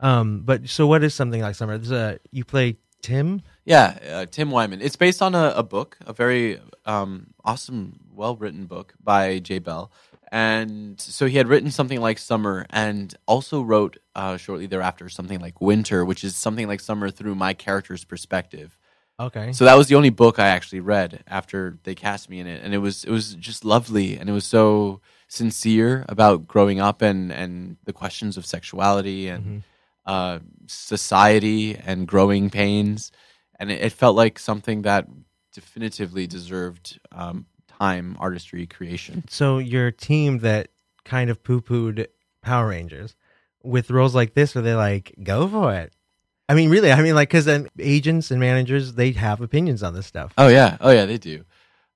S4: Um, but so what is something like summer? There's a, you play Tim.
S10: Yeah, uh, Tim Wyman. It's based on a, a book, a very um, awesome, well written book by Jay Bell. And so he had written something like Summer and also wrote uh, shortly thereafter something like Winter, which is something like Summer through my character's perspective.
S4: Okay.
S10: So that was the only book I actually read after they cast me in it, and it was it was just lovely, and it was so sincere about growing up and and the questions of sexuality and uh, society and growing pains, and it, it felt like something that definitively deserved um, time, artistry, creation.
S4: So your team that kind of poo pooed Power Rangers with roles like this, are they like go for it? I mean, really? I mean, like, because agents and managers they have opinions on this stuff.
S10: Oh yeah, oh yeah, they do.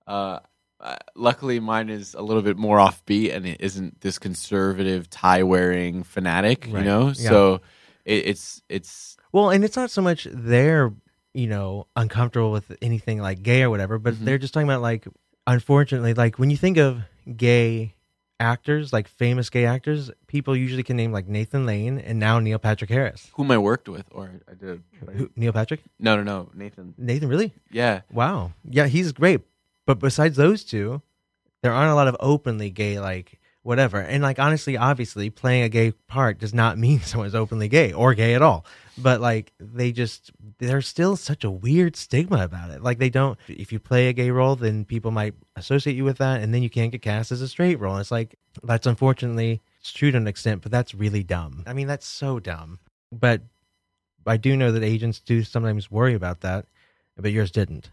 S10: Uh, uh, luckily, mine is a little bit more offbeat, and it isn't this conservative tie wearing fanatic,
S4: Right,
S10: you know.
S4: yeah.
S10: So it, it's it's
S4: Well, and it's not so much they're, you know, uncomfortable with anything like gay or whatever, but
S10: Mhm.
S4: they're just talking about like, unfortunately, like when you think of gay actors, like famous gay actors, people usually can name like Nathan Lane and now Neil Patrick Harris.
S10: whom I worked with, or I did.
S4: Who, Neil Patrick?
S10: No, no, no, Nathan.
S4: Nathan, really?
S10: Yeah,
S4: Wow. Yeah, he's great. But besides those two, there aren't a lot of openly gay, like whatever. And like, honestly, obviously, playing a gay part does not mean someone's openly gay or gay at all. But like, they just, there's still such a weird stigma about it. Like, they don't, if you play a gay role, then people might associate you with that. And then you can't get cast as a straight role. And it's like, that's unfortunately, it's true to an extent, but that's really dumb. I mean, that's so dumb. But I do know that agents do sometimes worry about that, but yours didn't.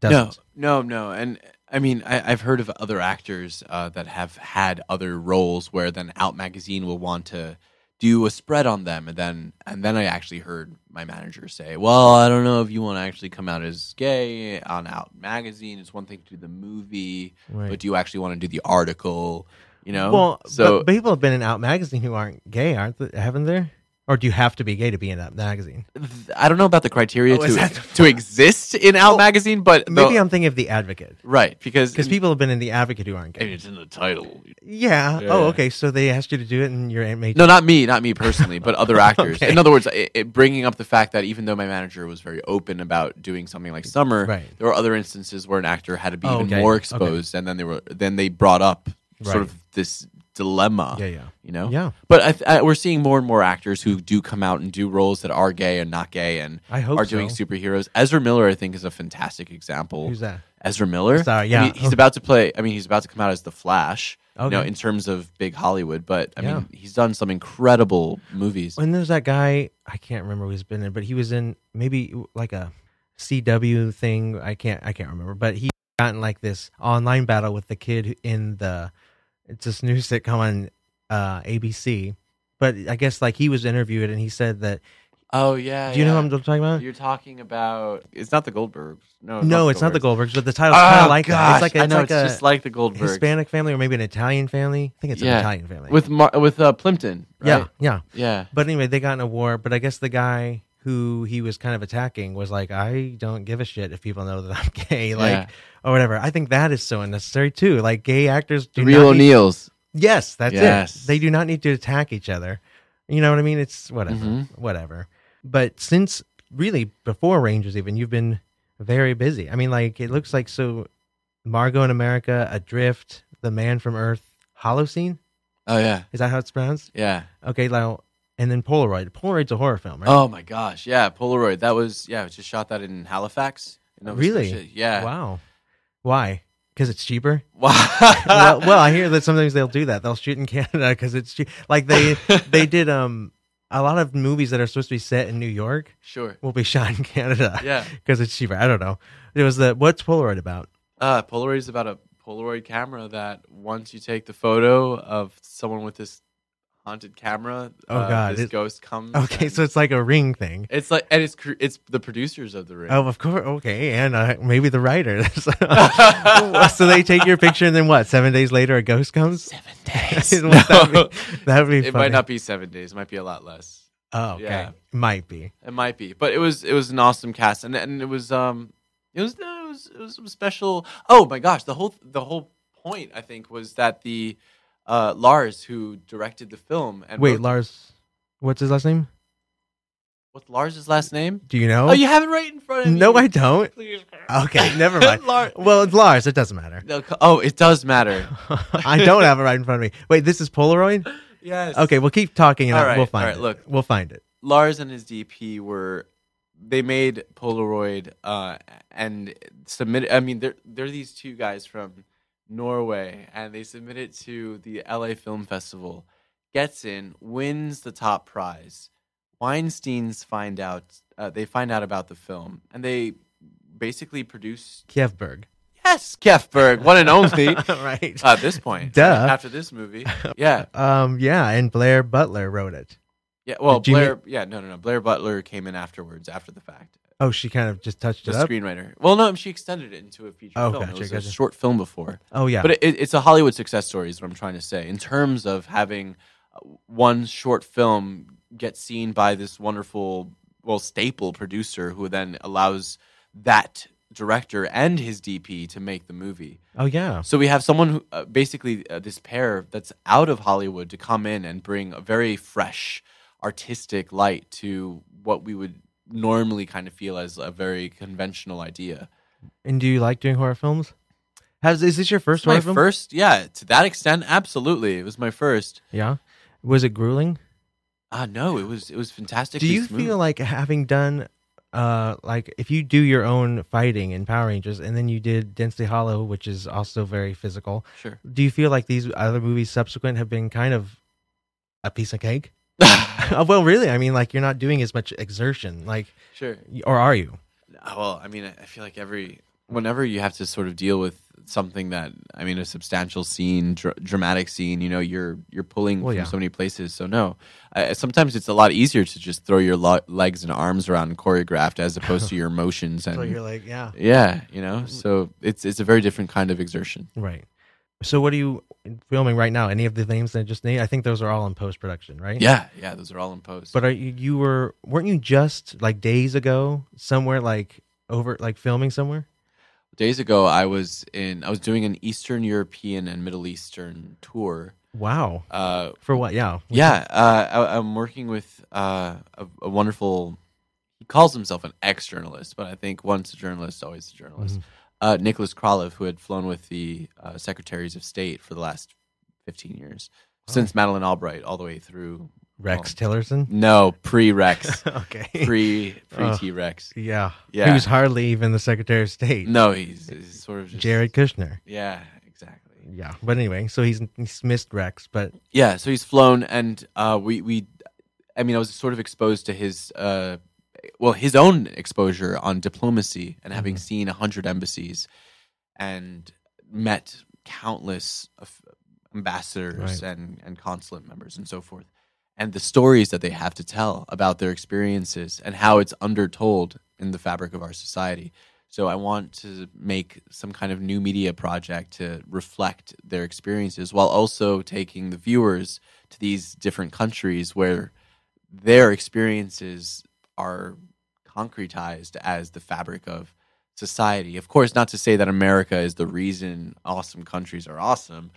S4: Doesn't.
S10: No, no, no. And I mean, I, I've heard of other actors uh, that have had other roles where then Out Magazine will want to do a spread on them, and then and then I actually heard my manager say, "Well, I don't know if you want to actually come out as gay on Out Magazine. It's one thing to do the movie,
S4: Right.
S10: but do you actually want to do the article?" You know.
S4: Well,
S10: so
S4: but people have been in Out magazine who aren't gay, aren't they? Haven't there? Or do you have to be gay to be in Out magazine?
S10: th- I don't know about the criteria
S4: Oh, is
S10: to
S4: that the-
S10: to exist in Out Magazine, but the- Mm.
S4: Maybe I'm thinking of the Advocate
S10: right because
S4: because people have been in the Advocate who aren't
S10: I mean,
S4: gay.
S10: it's in the title.
S4: Yeah.
S10: Yeah,
S4: Oh,
S10: yeah.
S4: okay. So they asked you to do it, and your aunt made.
S10: No, not me, not me personally, but other actors.
S4: Okay.
S10: In other words, it, it bringing up the fact that even though my manager was very open about doing something like Summer,
S4: Right.
S10: there were other instances where an actor had to be
S4: Oh,
S10: even
S4: okay,
S10: more
S4: okay.
S10: exposed, and then they were then they brought up
S4: Right.
S10: sort of this dilemma.
S4: Yeah, yeah.
S10: You know,
S4: Yeah.
S10: But I, th- I, we're seeing more and more actors who do come out and do roles that are gay and not gay, and
S4: I hope
S10: are doing
S4: so.
S10: superheroes. Ezra Miller, I think, is a fantastic example.
S4: Who's that?
S10: Ezra Miller.
S4: Sorry,
S10: I
S4: yeah.
S10: mean, he's about to play. I mean, he's about to come out as the Flash. You know,
S4: Okay.
S10: in terms of big Hollywood, but I
S4: Yeah.
S10: mean, he's done some incredible movies.
S4: When there's that guy, I can't remember who he's been in, but he was in maybe like a CW thing. I can't. I can't remember, but he got in like this online battle with the kid who- in the. It's this new sitcom on uh, ABC, but I guess like he was interviewed and he said that.
S10: Oh yeah.
S4: Do you know who
S10: yeah.
S4: I'm talking about?
S10: You're talking about. It's not the Goldbergs. No.
S4: No, it's not the Goldbergs, but the title's kind
S10: Oh,
S4: of like that.
S10: gosh.
S4: It's like a,
S10: I know.
S4: like
S10: it's
S4: a
S10: just like the Goldbergs.
S4: Hispanic family or maybe an Italian family. I think it's an
S10: Yeah.
S4: Italian family.
S10: with Mar- with uh, Plimpton. Right?
S4: yeah, yeah.
S10: Yeah.
S4: But anyway, they got in a war. But I guess the guy who he was kind of attacking was like, I don't give a shit if people know that I'm gay, like
S10: Yeah.
S4: or whatever. I think that is so unnecessary too. Like gay actors do
S10: The real
S4: not need-
S10: O'Neills.
S4: Yes, that's
S10: Yes.
S4: it. They do not need to attack each other. You know what I mean? It's whatever,
S10: Mhm.
S4: whatever. But since really before Rangers, even you've been very busy. I mean, like it looks like so. Margot in America, Adrift, The Man from Earth, Holocene.
S10: Oh yeah.
S4: Is that how it's pronounced?
S10: Yeah.
S4: Okay, now and then Polaroid. Polaroid's a horror film, right?
S10: Oh my gosh. Yeah. Polaroid. That was yeah. I Just shot that in Halifax. in Nova
S4: Really?
S10: Scotia. Yeah.
S4: Wow. Why? because it's cheaper.
S10: Wow.
S4: well, well, I hear that sometimes they'll do that. They'll shoot in Canada because it's cheap. Like they they did um a lot of movies that are supposed to be set in New York
S10: sure.
S4: will be shot in Canada.
S10: Yeah.
S4: because it's cheaper. I don't know. It was the what's Polaroid about?
S10: Uh, Polaroid is about a Polaroid camera that once you take the photo of someone with this haunted camera,
S4: Oh,
S10: uh,
S4: God,
S10: this
S4: it-
S10: ghost comes.
S4: Okay,
S10: and-
S4: so it's like a ring thing.
S10: it's like and it's cr- it's the producers of the ring.
S4: Oh, of course. Okay, and uh, maybe the writer. so they take your picture, and then what? Seven days later, a ghost comes. Seven days. that
S10: No.
S4: would be, that'd be
S10: it might not be seven days. It might be a lot less.
S4: Oh, okay.
S10: yeah.
S4: Might be.
S10: It might be, but it was it was an awesome cast, and and it was um it was it was it was some special. Oh my gosh, the whole the whole point I think was that the uh, Lars who directed the film and
S4: Wait,
S10: wrote-
S4: Lars. What's his last name?
S10: what's Lars's last name?
S4: Do you know?
S10: Oh, you have it right in front of me.
S4: no, I don't.
S10: Please.
S4: Okay, never mind.
S10: Lar-
S4: well, it's Lars. It doesn't matter.
S10: They'll ca- Oh, it does matter.
S4: I don't have it right in front of me. Wait, this is Polaroid.
S10: yes.
S4: Okay, we'll keep talking, and
S10: All
S4: I-
S10: right,
S4: we'll find
S10: all right,
S4: it.
S10: look.
S4: we'll find it.
S10: Lars and his DP were they made Polaroid uh, and submitted. I mean, they're they're these two guys from Norway, and they submit it to the LA Film Festival. Gets in, wins the top prize. Weinstein's find out. Uh, they find out about the film, and they basically produce.
S4: Kievberg.
S10: Yes, Kefberg, one and only.
S4: right.
S10: At Uh, this point,
S4: Duh.
S10: after this movie, yeah,
S4: um. Yeah, and Blair Butler wrote it.
S10: yeah. Well,
S4: Did you
S10: Blair, yeah, no, no, no. Blair Butler came in afterwards, after the fact.
S4: Oh, she kind of just touched
S10: the
S4: it up.
S10: screenwriter. Well, no, she extended it into a feature
S4: Oh,
S10: film.
S4: gotcha,
S10: it was
S4: gotcha.
S10: a short film before,
S4: Oh yeah.
S10: but it, it's a Hollywood success story. Is what I'm trying to say in terms of having uh, one short film get seen by this wonderful, well, staple producer who then allows that director and his DP to make the movie.
S4: oh yeah.
S10: So we have someone who, uh, basically uh, this pair that's out of Hollywood to come in and bring a very fresh artistic light to what we would normally kind of feel as a very conventional idea.
S4: And do you like doing horror films? Has is this your first
S10: my
S4: horror film?
S10: first, yeah, to that extent, absolutely. It was my first.
S4: Yeah. Was it grueling?
S10: Ah, no, it was it was fantastic.
S4: Do you feel like having done uh like if you do your own fighting in Power Rangers and then you did Densely Hollow, which is also very physical,
S10: sure?
S4: do you feel like these other movies subsequent have been kind of a piece of cake? Uh, well, really, I mean like you're not doing as much exertion, like
S10: sure.
S4: or are you?
S10: Uh, Well, I mean, I I feel like every whenever you have to sort of deal with something that I mean, a substantial scene, dr- dramatic scene, you know, you're you're pulling
S4: Well,
S10: from
S4: yeah.
S10: so many places. So no, I, sometimes it's a lot easier to just throw your lo- legs and arms around choreographed as opposed to your motions and
S4: So you're like, yeah.
S10: yeah, you
S4: Mm.
S10: know. So it's it's a very different kind of exertion.
S4: Right. So what are you filming right now? Any of the names that I just named? I think those are all in post production, right?
S10: Yeah, yeah, those are all imposed.
S4: But uh, are you you were weren't you just like days ago somewhere like over like filming somewhere?
S10: days ago, I was in I was doing an Eastern European and Middle Eastern tour.
S4: Wow.
S10: Uh,
S4: For what? Yeah.
S10: Yeah, uh, I, I'm working with uh, a, a wonderful. He calls himself an ex-journalist, but I think once a journalist, always a journalist.
S4: Mm-hmm.
S10: Uh, Nicholas Kralov, who had flown with the uh, secretaries of state for the last 15 years, since Madeleine Albright, all the way through.
S4: Rex
S10: well,
S4: Tillerson.
S10: No, pre-Rex,
S4: okay.
S10: pre pre
S4: Oh.
S10: T-Rex.
S4: yeah.
S10: Yeah.
S4: He was hardly even the Secretary of State.
S10: No, he's, he's sort of just
S4: Jared Kushner.
S10: Yeah, exactly.
S4: Yeah. But anyway, so he's he's missed Rex, but
S10: Yeah, so he's flown, and uh, we we, I mean, I was sort of exposed to his, uh, well, his own exposure on diplomacy and having seen a hundred embassies, and met countless of- ambassadors and and consulate members and so forth, and the stories that they have to tell about their experiences and how it's undertold in the fabric of our society. So I want to make some kind of new media project to reflect their experiences while also taking the viewers to these different countries where their experiences are concretized as the fabric of society. Of course, not to say that America is the reason awesome countries are awesome,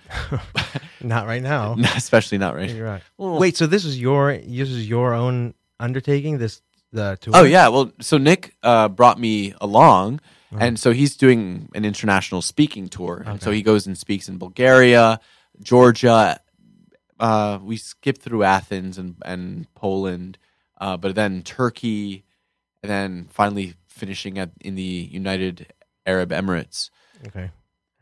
S4: not right now.
S10: especially not right.
S4: You're right.
S10: Well-
S4: Wait, so this is your this is your own undertaking this the tour?
S10: Oh yeah, well, so Nick uh, brought me along,
S4: Uh-huh.
S10: and so he's doing an international speaking tour. And so he goes and speaks in Bulgaria, Georgia. Uh, we skip through Athens and and Poland, uh, but then Turkey, and then finally finishing at in the United Arab Emirates.
S4: Okay.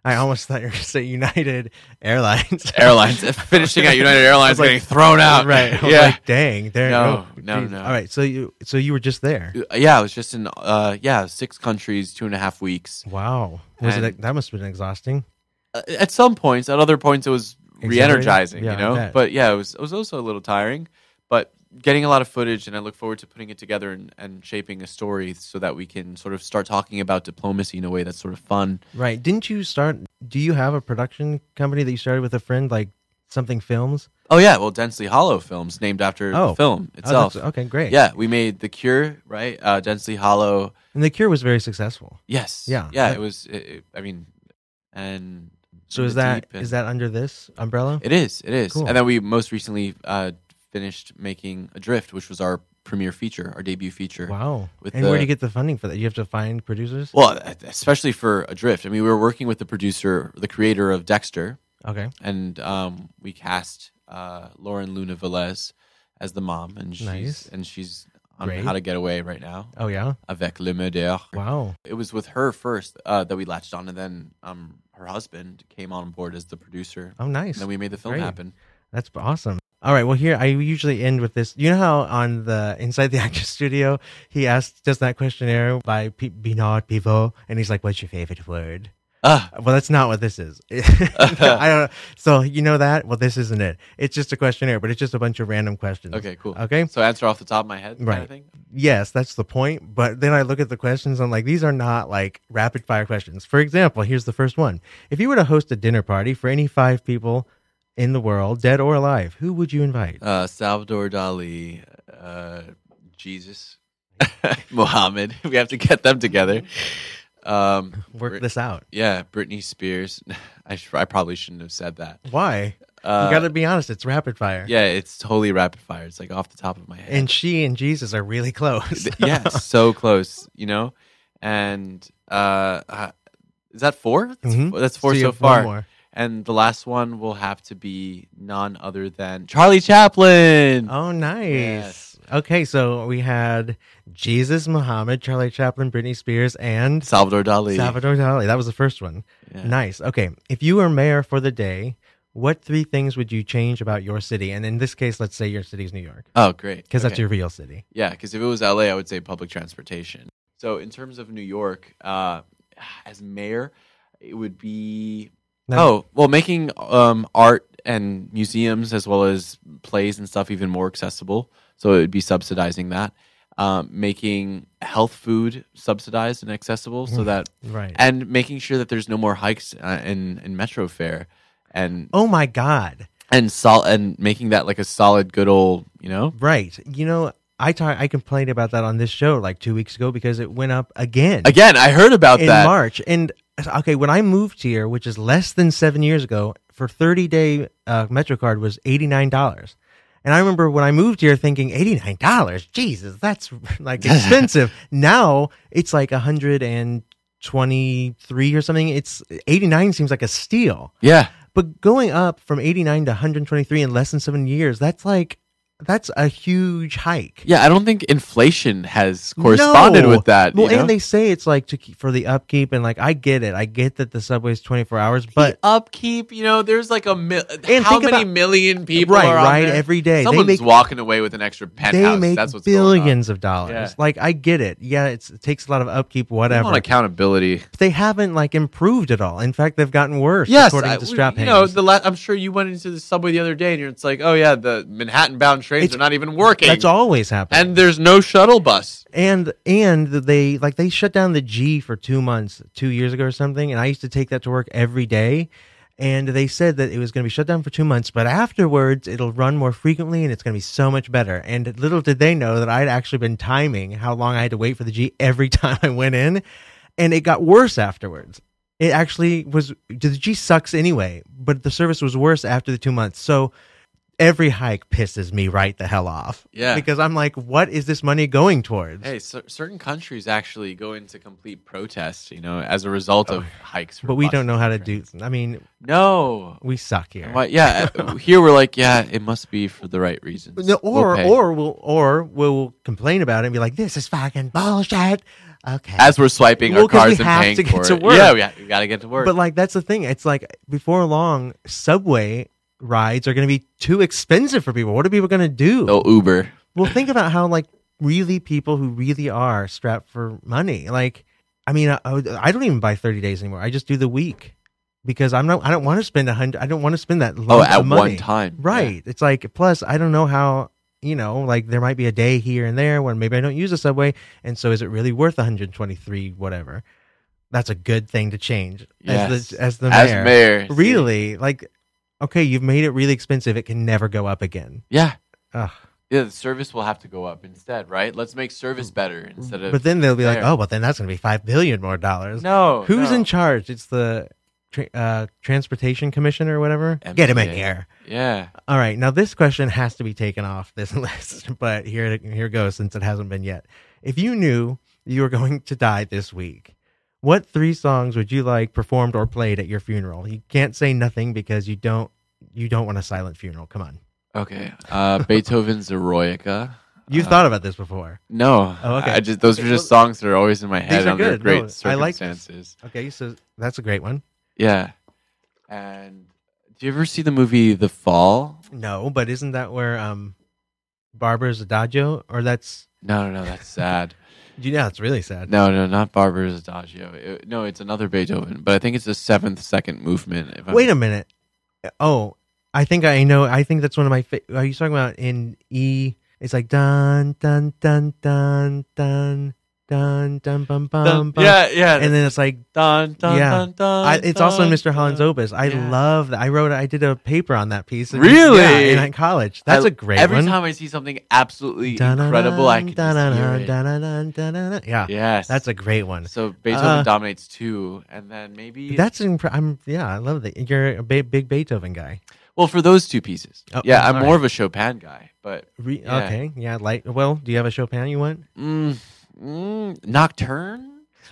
S4: I almost thought you were going to say United Airlines.
S10: Airlines finishing at United Airlines
S4: I was like-
S10: getting thrown out.
S4: right? I was
S10: Yeah.
S4: like, dang. There.
S10: No,
S4: oh,
S10: no,
S4: geez.
S10: no.
S4: All right. So you, so you were just there.
S10: yeah, it was just in uh yeah, six countries, two and a half weeks.
S4: Wow. Was
S10: And-
S4: it that must have been exhausting?
S10: Uh, at some points, at other points it was re-energizing,
S4: Exhilarating? Yeah,
S10: you
S4: I
S10: know.
S4: bet.
S10: But yeah, it was it was also a little tiring, but getting a lot of footage and I look forward to putting it together and, and shaping a story so that we can sort of start talking about diplomacy in a way that's sort of fun.
S4: Right. Didn't you start? Do you have a production company that you started with a friend, like something films?
S10: Oh yeah, well Densely Hollow Films named after
S4: Oh.
S10: the film
S4: Oh, that's-
S10: itself.
S4: okay, great.
S10: Yeah, we made The Cure, right? Uh Densely Hollow
S4: And The Cure was very successful.
S10: Yes.
S4: Yeah.
S10: Yeah.
S4: That-
S10: it was. It, it- I mean, and
S4: So is
S10: The
S4: that
S10: Deep and-
S4: is that under this umbrella?
S10: It is. It is.
S4: Cool.
S10: And then we most recently uh, finished making Adrift, which was our premiere feature, our debut feature.
S4: Wow.
S10: With
S4: and where
S10: the-
S4: do you get the funding for that? You have to find producers.
S10: Well, e, especially for Adrift. I mean, we were working with the producer, the creator of Dexter,
S4: Okay.
S10: and um, we cast uh, Lauren Luna Velez as the mom, and she's
S4: Nice.
S10: and she's on
S4: Great.
S10: How to Get Away right now.
S4: Oh yeah.
S10: Avec le murder.
S4: Wow.
S10: it was with her first uh, that we latched on, and then um, her husband came on board as the producer,
S4: Oh nice.
S10: and then we made the film
S4: Great.
S10: happen.
S4: That's awesome. All right. Well, here I usually end with this. You know how on the Inside the Actors Studio, he asked does that questionnaire by P- Bernard Pivot, and he's like, "What's your favorite word?"
S10: Ah,
S4: Well, that's not what this is. I don't. So you know that. Well, this isn't it. It's just a questionnaire, but it's just a bunch of random questions.
S10: okay, cool.
S4: Okay.
S10: so answer off the top of my head, Kind
S4: Right.
S10: of thing.
S4: Yes, that's the point. But then I look at the questions. I'm like, these are not like rapid fire questions. For example, here's the first one. If you were to host a dinner party for any five people in the world, dead or alive, who would you invite?
S10: Uh, Salvador Dali, uh, Jesus, Mohammed. We have to get them together. Um,
S4: Work this out.
S10: yeah, Britney Spears. I, sh- I probably shouldn't have said that.
S4: Why?
S10: Uh,
S4: you got to be honest. It's rapid fire.
S10: yeah, it's totally rapid fire. It's like off the top of my head.
S4: And she and Jesus are really close.
S10: Th- yeah, so close, you know? And uh, uh is that four? That's,
S4: Mhm.
S10: four- that's four
S4: you
S10: so
S4: have one
S10: far.
S4: more.
S10: And the last one will have to be none other than Charlie Chaplin.
S4: Oh, nice.
S10: Yes.
S4: Okay, so we had Jesus, Muhammad, Charlie Chaplin, Britney Spears, and
S10: Salvador Dali.
S4: Salvador Dali. That was the first one.
S10: Yeah.
S4: Nice. Okay. If you were mayor for the day, what three things would you change about your city? And in this case, let's say your city's New York,
S10: Oh, great.
S4: because that's
S10: Okay.
S4: your real city.
S10: Yeah, because if it was LA, I would say public transportation. So in terms of New York, uh, as mayor, it would be
S4: Now-
S10: oh well, making um, art and museums as well as plays and stuff even more accessible. So it would be subsidizing that, um, making health food subsidized and accessible,
S4: Mm.
S10: so that
S4: Right.
S10: and making sure that there's no more hikes uh, in in metro fare, and
S4: oh my God.
S10: and sol- and making that like a solid good old you know
S4: Right. You know, I ta- I complained about that on this show like two weeks ago because it went up again.
S10: again. I heard about
S4: in
S10: that.
S4: March. And okay, when I moved here, which is less than seven years ago, for thirty day uh, MetroCard was eighty nine dollars. And I remember when I moved here thinking eighty nine dollars, Jesus, that's like expensive. now it's like hundred and twenty three or something. It's eighty nine seems like a steal.
S10: Yeah.
S4: But going up from eighty nine to one hundred twenty three in less than seven years, that's like that's a huge hike.
S10: Yeah, I don't think inflation has corresponded
S4: No.
S10: with that.
S4: Well,
S10: you know?
S4: and they say it's like to keep, for the upkeep, and like I get it, I get that the subway's twenty four hours, but
S10: upkeep. You know, there's like a mil-
S4: And
S10: how
S4: think
S10: many
S4: about-
S10: million people
S4: right,
S10: are on
S4: right,
S10: there?
S4: every day. They
S10: Someone's
S4: make-
S10: walking away with an extra penthouse.
S4: they make
S10: That's what's
S4: billions of dollars.
S10: Yeah.
S4: Like I get it, yeah, it's, it takes a lot of upkeep,
S10: Going on.
S4: whatever.
S10: on accountability.
S4: But they haven't like improved at all. In fact, they've gotten worse. according
S10: I-
S4: to Straphans.
S10: you know, the la- I'm sure you went into the subway the other day, and you're, it's like, oh yeah, the Manhattan-bound trains
S4: It's-
S10: are not even working.
S4: that's always happened.
S10: And there's no shuttle bus.
S4: And and they like they shut down the G for two months two years ago or something, and I used to take that to work every day. And they said that it was going to be shut down for two months, but afterwards it'll run more frequently and it's going to be so much better. And little did they know that I'd actually been timing how long I had to wait for the G every time I went in, and it got worse afterwards. It actually was the G sucks anyway, but the service was worse after the two months. So every hike pisses me right the hell off.
S10: Yeah.
S4: Because I'm like, what is this money going towards?
S10: Hey, cer certain countries actually go into complete protest, you know, as a result of hikes. for
S4: Oh, but we
S10: bus
S4: don't know how to
S10: trains.
S4: do. I mean,
S10: No.
S4: we suck here.
S10: Why, yeah, uh, here we're like, yeah, it must be for the right reasons.
S4: No,
S10: We'll
S4: or
S10: pay.
S4: or we'll or we'll complain about it and be like, this is fucking bullshit. Okay.
S10: as we're swiping
S4: Well,
S10: our
S4: 'cause
S10: cars
S4: we
S10: and
S4: have
S10: paying
S4: to get
S10: for
S4: to
S10: it.
S4: work.
S10: Yeah, we, ha- we gotta get to work.
S4: but like that's the thing. It's like before long, subway rides are going to be too expensive for people. What are people going to do?
S10: no Uber.
S4: Well, think about how like really people who really are strapped for money. Like, I mean, I, I would- I don't even buy thirty days anymore. I just do the week because I'm not. I don't want to spend a hundred. I don't want to spend that.
S10: Oh,
S4: Lump
S10: at
S4: of money.
S10: one time. Yeah.
S4: Right. It's like plus I don't know how you know like there might be a day here and there when maybe I don't use the subway, and so is it really worth 123 whatever? That's a good thing to change as
S10: Yes.
S4: the as the
S10: As
S4: mayor.
S10: mayor. see?
S4: Really, like okay, you've made it really expensive. It can never go up again.
S10: Yeah.
S4: Ugh.
S10: Yeah, the service will have to go up instead, right? Let's make service better instead of.
S4: Mm. But then they'll be like,
S10: Fair.
S4: oh, but then that's going to be five billion more dollars.
S10: no.
S4: Who's
S10: no.
S4: in charge? It's the tra- uh, transportation commission or whatever. Get him in
S10: MTA.
S4: here.
S10: Yeah.
S4: All right, now this question has to be taken off this list, but here here goes since it hasn't been yet. If you knew you were going to die this week, what three songs would you like performed or played at your funeral? You can't say nothing because you don't you don't want a silent funeral. Come on,
S10: Okay. Uh, Beethoven's Eroica.
S4: you've
S10: Uh,
S4: thought about this before.
S10: No.
S4: Oh, okay.
S10: I just those
S4: Okay,
S10: are just
S4: well,
S10: songs that are always in my head
S4: are
S10: under
S4: good.
S10: great
S4: No, I like this.
S10: circumstances.
S4: Okay, so that's a great one.
S10: yeah. And do you ever see the movie The Fall?
S4: No, but isn't that where um, Barbara's Adagio? Or that's
S10: No, no, no. That's sad.
S4: you know, it's really sad.
S10: no, no, not Barbara's Adagio. It- no, it's another Beethoven, but I think it's the seventh second movement. If I'm-
S4: Wait a minute. Oh, I think I know. I think that's one of my. Fa- are you talking about in E? It's like dun dun dun dun dun dun dun bum bum
S10: Dun-
S4: bum.
S10: yeah, yeah.
S4: And then it's like
S10: dun, dun,
S4: yeah.
S10: dun, dun,
S4: I, it's also in
S10: dun,
S4: Mr. Holland's
S10: dun.
S4: opus. I
S10: Yeah.
S4: love that. I wrote. I did a paper on that piece. and-
S10: Really?
S4: Yeah, in, in college. That's
S10: I-
S4: a great
S10: Every
S4: one.
S10: time I see something absolutely
S4: Dun-dun-dun,
S10: incredible, I can just hear
S4: dun-dun-dun,
S10: it.
S4: dun-dun-dun, dun-dun-dun. Yeah,
S10: Yes,
S4: that's a great one.
S10: So Beethoven
S4: Uh,
S10: dominates two, and then maybe
S4: That's impre- I'm yeah. I love that. You're a ba- big Beethoven guy.
S10: well for those two pieces.
S4: Oh,
S10: yeah, I'm
S4: all
S10: more
S4: right.
S10: of a Chopin guy, but
S4: Re-
S10: Yeah.
S4: Okay. Yeah. Like, well, do you have a Chopin you want?
S10: mm, mm, Nocturne.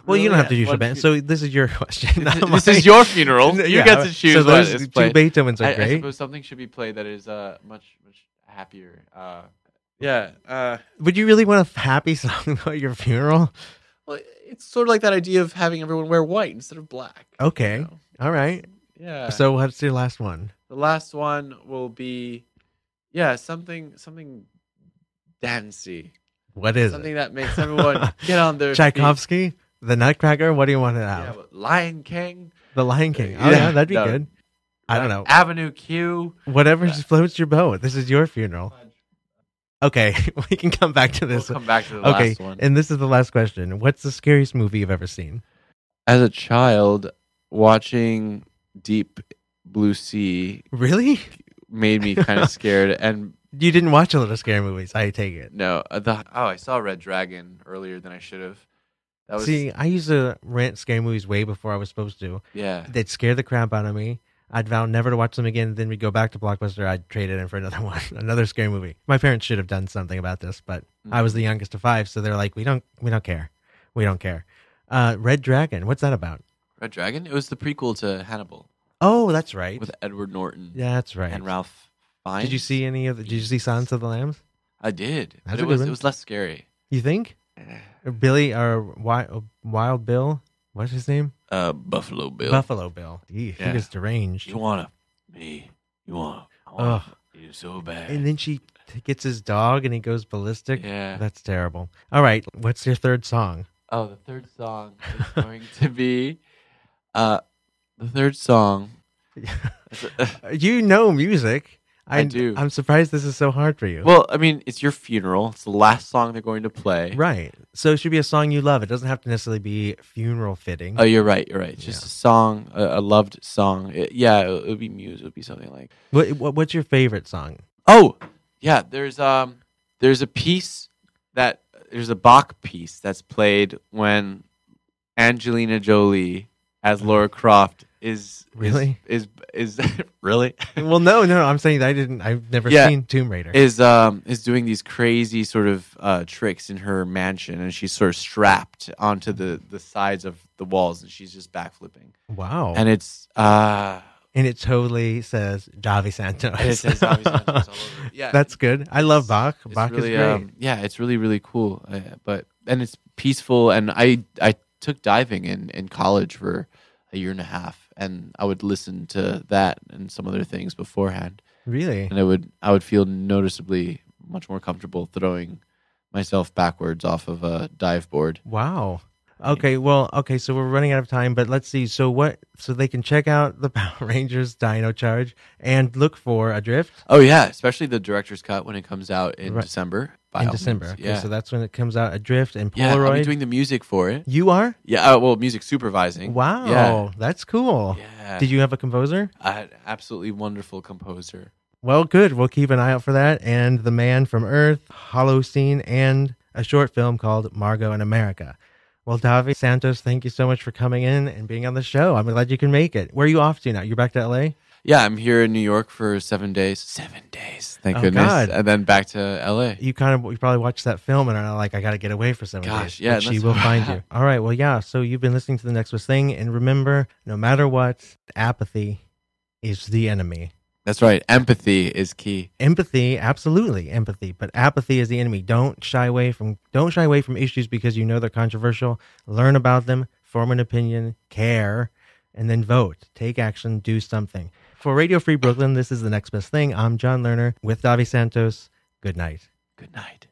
S4: Well, you
S10: Really?
S4: don't have to do
S10: One
S4: Chopin.
S10: fu-
S4: So this is your question.
S10: this,
S4: not
S10: this
S4: mine.
S10: is your funeral. You
S4: Yeah,
S10: get to choose
S4: So
S10: what
S4: those
S10: is
S4: two
S10: played.
S4: Beethovens are
S10: I, I
S4: great.
S10: suppose something should be played that is uh, much much happier. Uh, yeah. Uh,
S4: Would you really want a happy song at your funeral?
S10: well, it's sort of like that idea of having everyone wear white instead of black. you
S4: Okay.
S10: know?
S4: All right.
S10: Yeah.
S4: So what's your last one?
S10: The last one will be, yeah, something something dancey,
S4: What is
S10: something
S4: it?
S10: that makes everyone get on their Feet.
S4: Tchaikovsky, The Nutcracker. What do you want it out?
S10: Yeah, but Lion King.
S4: the Lion King. Oh
S10: Yeah,
S4: yeah, that'd be
S10: no. Uh,
S4: good. I don't know.
S10: Avenue Q.
S4: Whatever floats your boat. This is your funeral.
S10: uh,
S4: Okay, we can come back to
S10: We'll
S4: this.
S10: come back to the
S4: okay,
S10: last one.
S4: and this is the last question. What's the scariest movie you've ever seen?
S10: As a child, watching Deep Blue Sea
S4: Really?
S10: made me kind of scared. And
S4: You didn't watch a lot of scary movies. I take it.
S10: no, uh, the oh, I saw Red Dragon earlier than I should have. That was
S4: See, I used to rent scary movies way before I was supposed to.
S10: yeah.
S4: They'd scare the crap out of me. I'd vow never to watch them again. Then we'd go back to Blockbuster. I'd trade it in for another one, another scary movie. My parents should have done something about this, but I
S10: Mm-hmm.
S4: was the youngest of five, so they're like, "We don't, we don't care, we don't care." Uh, Red Dragon, what's that about?
S10: Red Dragon. It was the prequel to Hannibal
S4: Oh, that's right.
S10: with Edward Norton.
S4: yeah, that's right.
S10: and Ralph Fiennes.
S4: Did you see any of the? Did you see Silence of the Lambs?
S10: I did.
S4: That's
S10: But
S4: a
S10: it
S4: good
S10: was
S4: one.
S10: it was less scary.
S4: You think Billy or Wi- uh, Wild Bill? What's his name?
S10: Uh, Buffalo Bill.
S4: Buffalo Bill. He, he
S10: Yeah.
S4: was deranged.
S10: You wanna me? You wanna? I
S4: Ugh.
S10: wanna you so bad.
S4: And then she t- gets his dog and he goes ballistic.
S10: Yeah.
S4: That's terrible. All right. What's your third song?
S10: oh, the third song is going to be, uh, the third song.
S4: Uh, You know music.
S10: I do.
S4: I'm surprised this is so hard for you.
S10: Well, I mean, it's your funeral. It's the last song they're going to play.
S4: right. So it should be a song you love. It doesn't have to necessarily be funeral fitting.
S10: Oh, you're right. You're right. It's just
S4: Yeah.
S10: a song, a, a loved song. It- yeah, it would be Muse. It would be something like.
S4: what, what, what's your favorite song?
S10: Oh, yeah. There's um, there's a piece that there's a Bach piece that's played when Angelina Jolie as Laura Croft is
S4: Really?
S10: is is, is really
S4: well, no, no, I'm saying that I didn't. I've never
S10: Yeah.
S4: seen Tomb Raider.
S10: is um is doing these crazy sort of uh, tricks in her mansion, and she's sort of strapped onto the the sides of the walls, and she's just backflipping,
S4: wow, and,
S10: and it's uh
S4: it totally says Davi Santos.
S10: and it says Zombie Sanchez all over it. yeah,
S4: That's good. I love Bach.
S10: it's
S4: Bach
S10: really,
S4: is great.
S10: um, yeah, it's really really cool, uh, but and it's peaceful, and I I took diving in in college for a year and a half, and I would listen to that and some other things beforehand.
S4: really.
S10: and I would I would feel noticeably much more comfortable throwing myself backwards off of a dive board.
S4: Wow. Okay, well, okay, so we're running out of time, but let's see. So what so they can check out the Power Rangers Dino Charge and look for Adrift
S10: Oh yeah, especially the director's cut when it comes out in
S4: Right.
S10: December. by
S4: in
S10: all means.
S4: December. Okay,
S10: yeah.
S4: so that's when it comes out Adrift and
S10: yeah, I'll be
S4: Polaroid.
S10: doing the music for it.
S4: you are?
S10: Yeah, uh, well, music supervising.
S4: Wow.
S10: Yeah.
S4: That's cool.
S10: Yeah.
S4: Did you have a composer?
S10: I, absolutely wonderful composer.
S4: Well, good. We'll keep an eye out for that and The Man from Earth, Hollow Scene, and a short film called Margot in America. Well, Davi Santos, thank you so much for coming in and being on the show. I'm glad you can make it. Where are you off to now? You're back to LA?
S10: Yeah, I'm here in New York for seven days. Seven days, thank
S4: Oh,
S10: goodness,
S4: God.
S10: and then back to LA.
S4: you kind of you probably watched that film and are like, I got to get away for seven days.
S10: Gosh, yeah,
S4: but she
S10: that's-
S4: will find you. All right, well, yeah. So you've been listening to the next best thing, and remember, no matter what, apathy is the enemy.
S10: That's right. Empathy is key.
S4: Empathy, absolutely empathy, but apathy is the enemy. Don't shy away from don't shy away from issues because you know they're controversial. Learn about them, form an opinion, care, and then vote. Take action, do something. For Radio Free Brooklyn, this is the next best thing. I'm John Lerner with Davi Santos. Good night.
S10: Good night.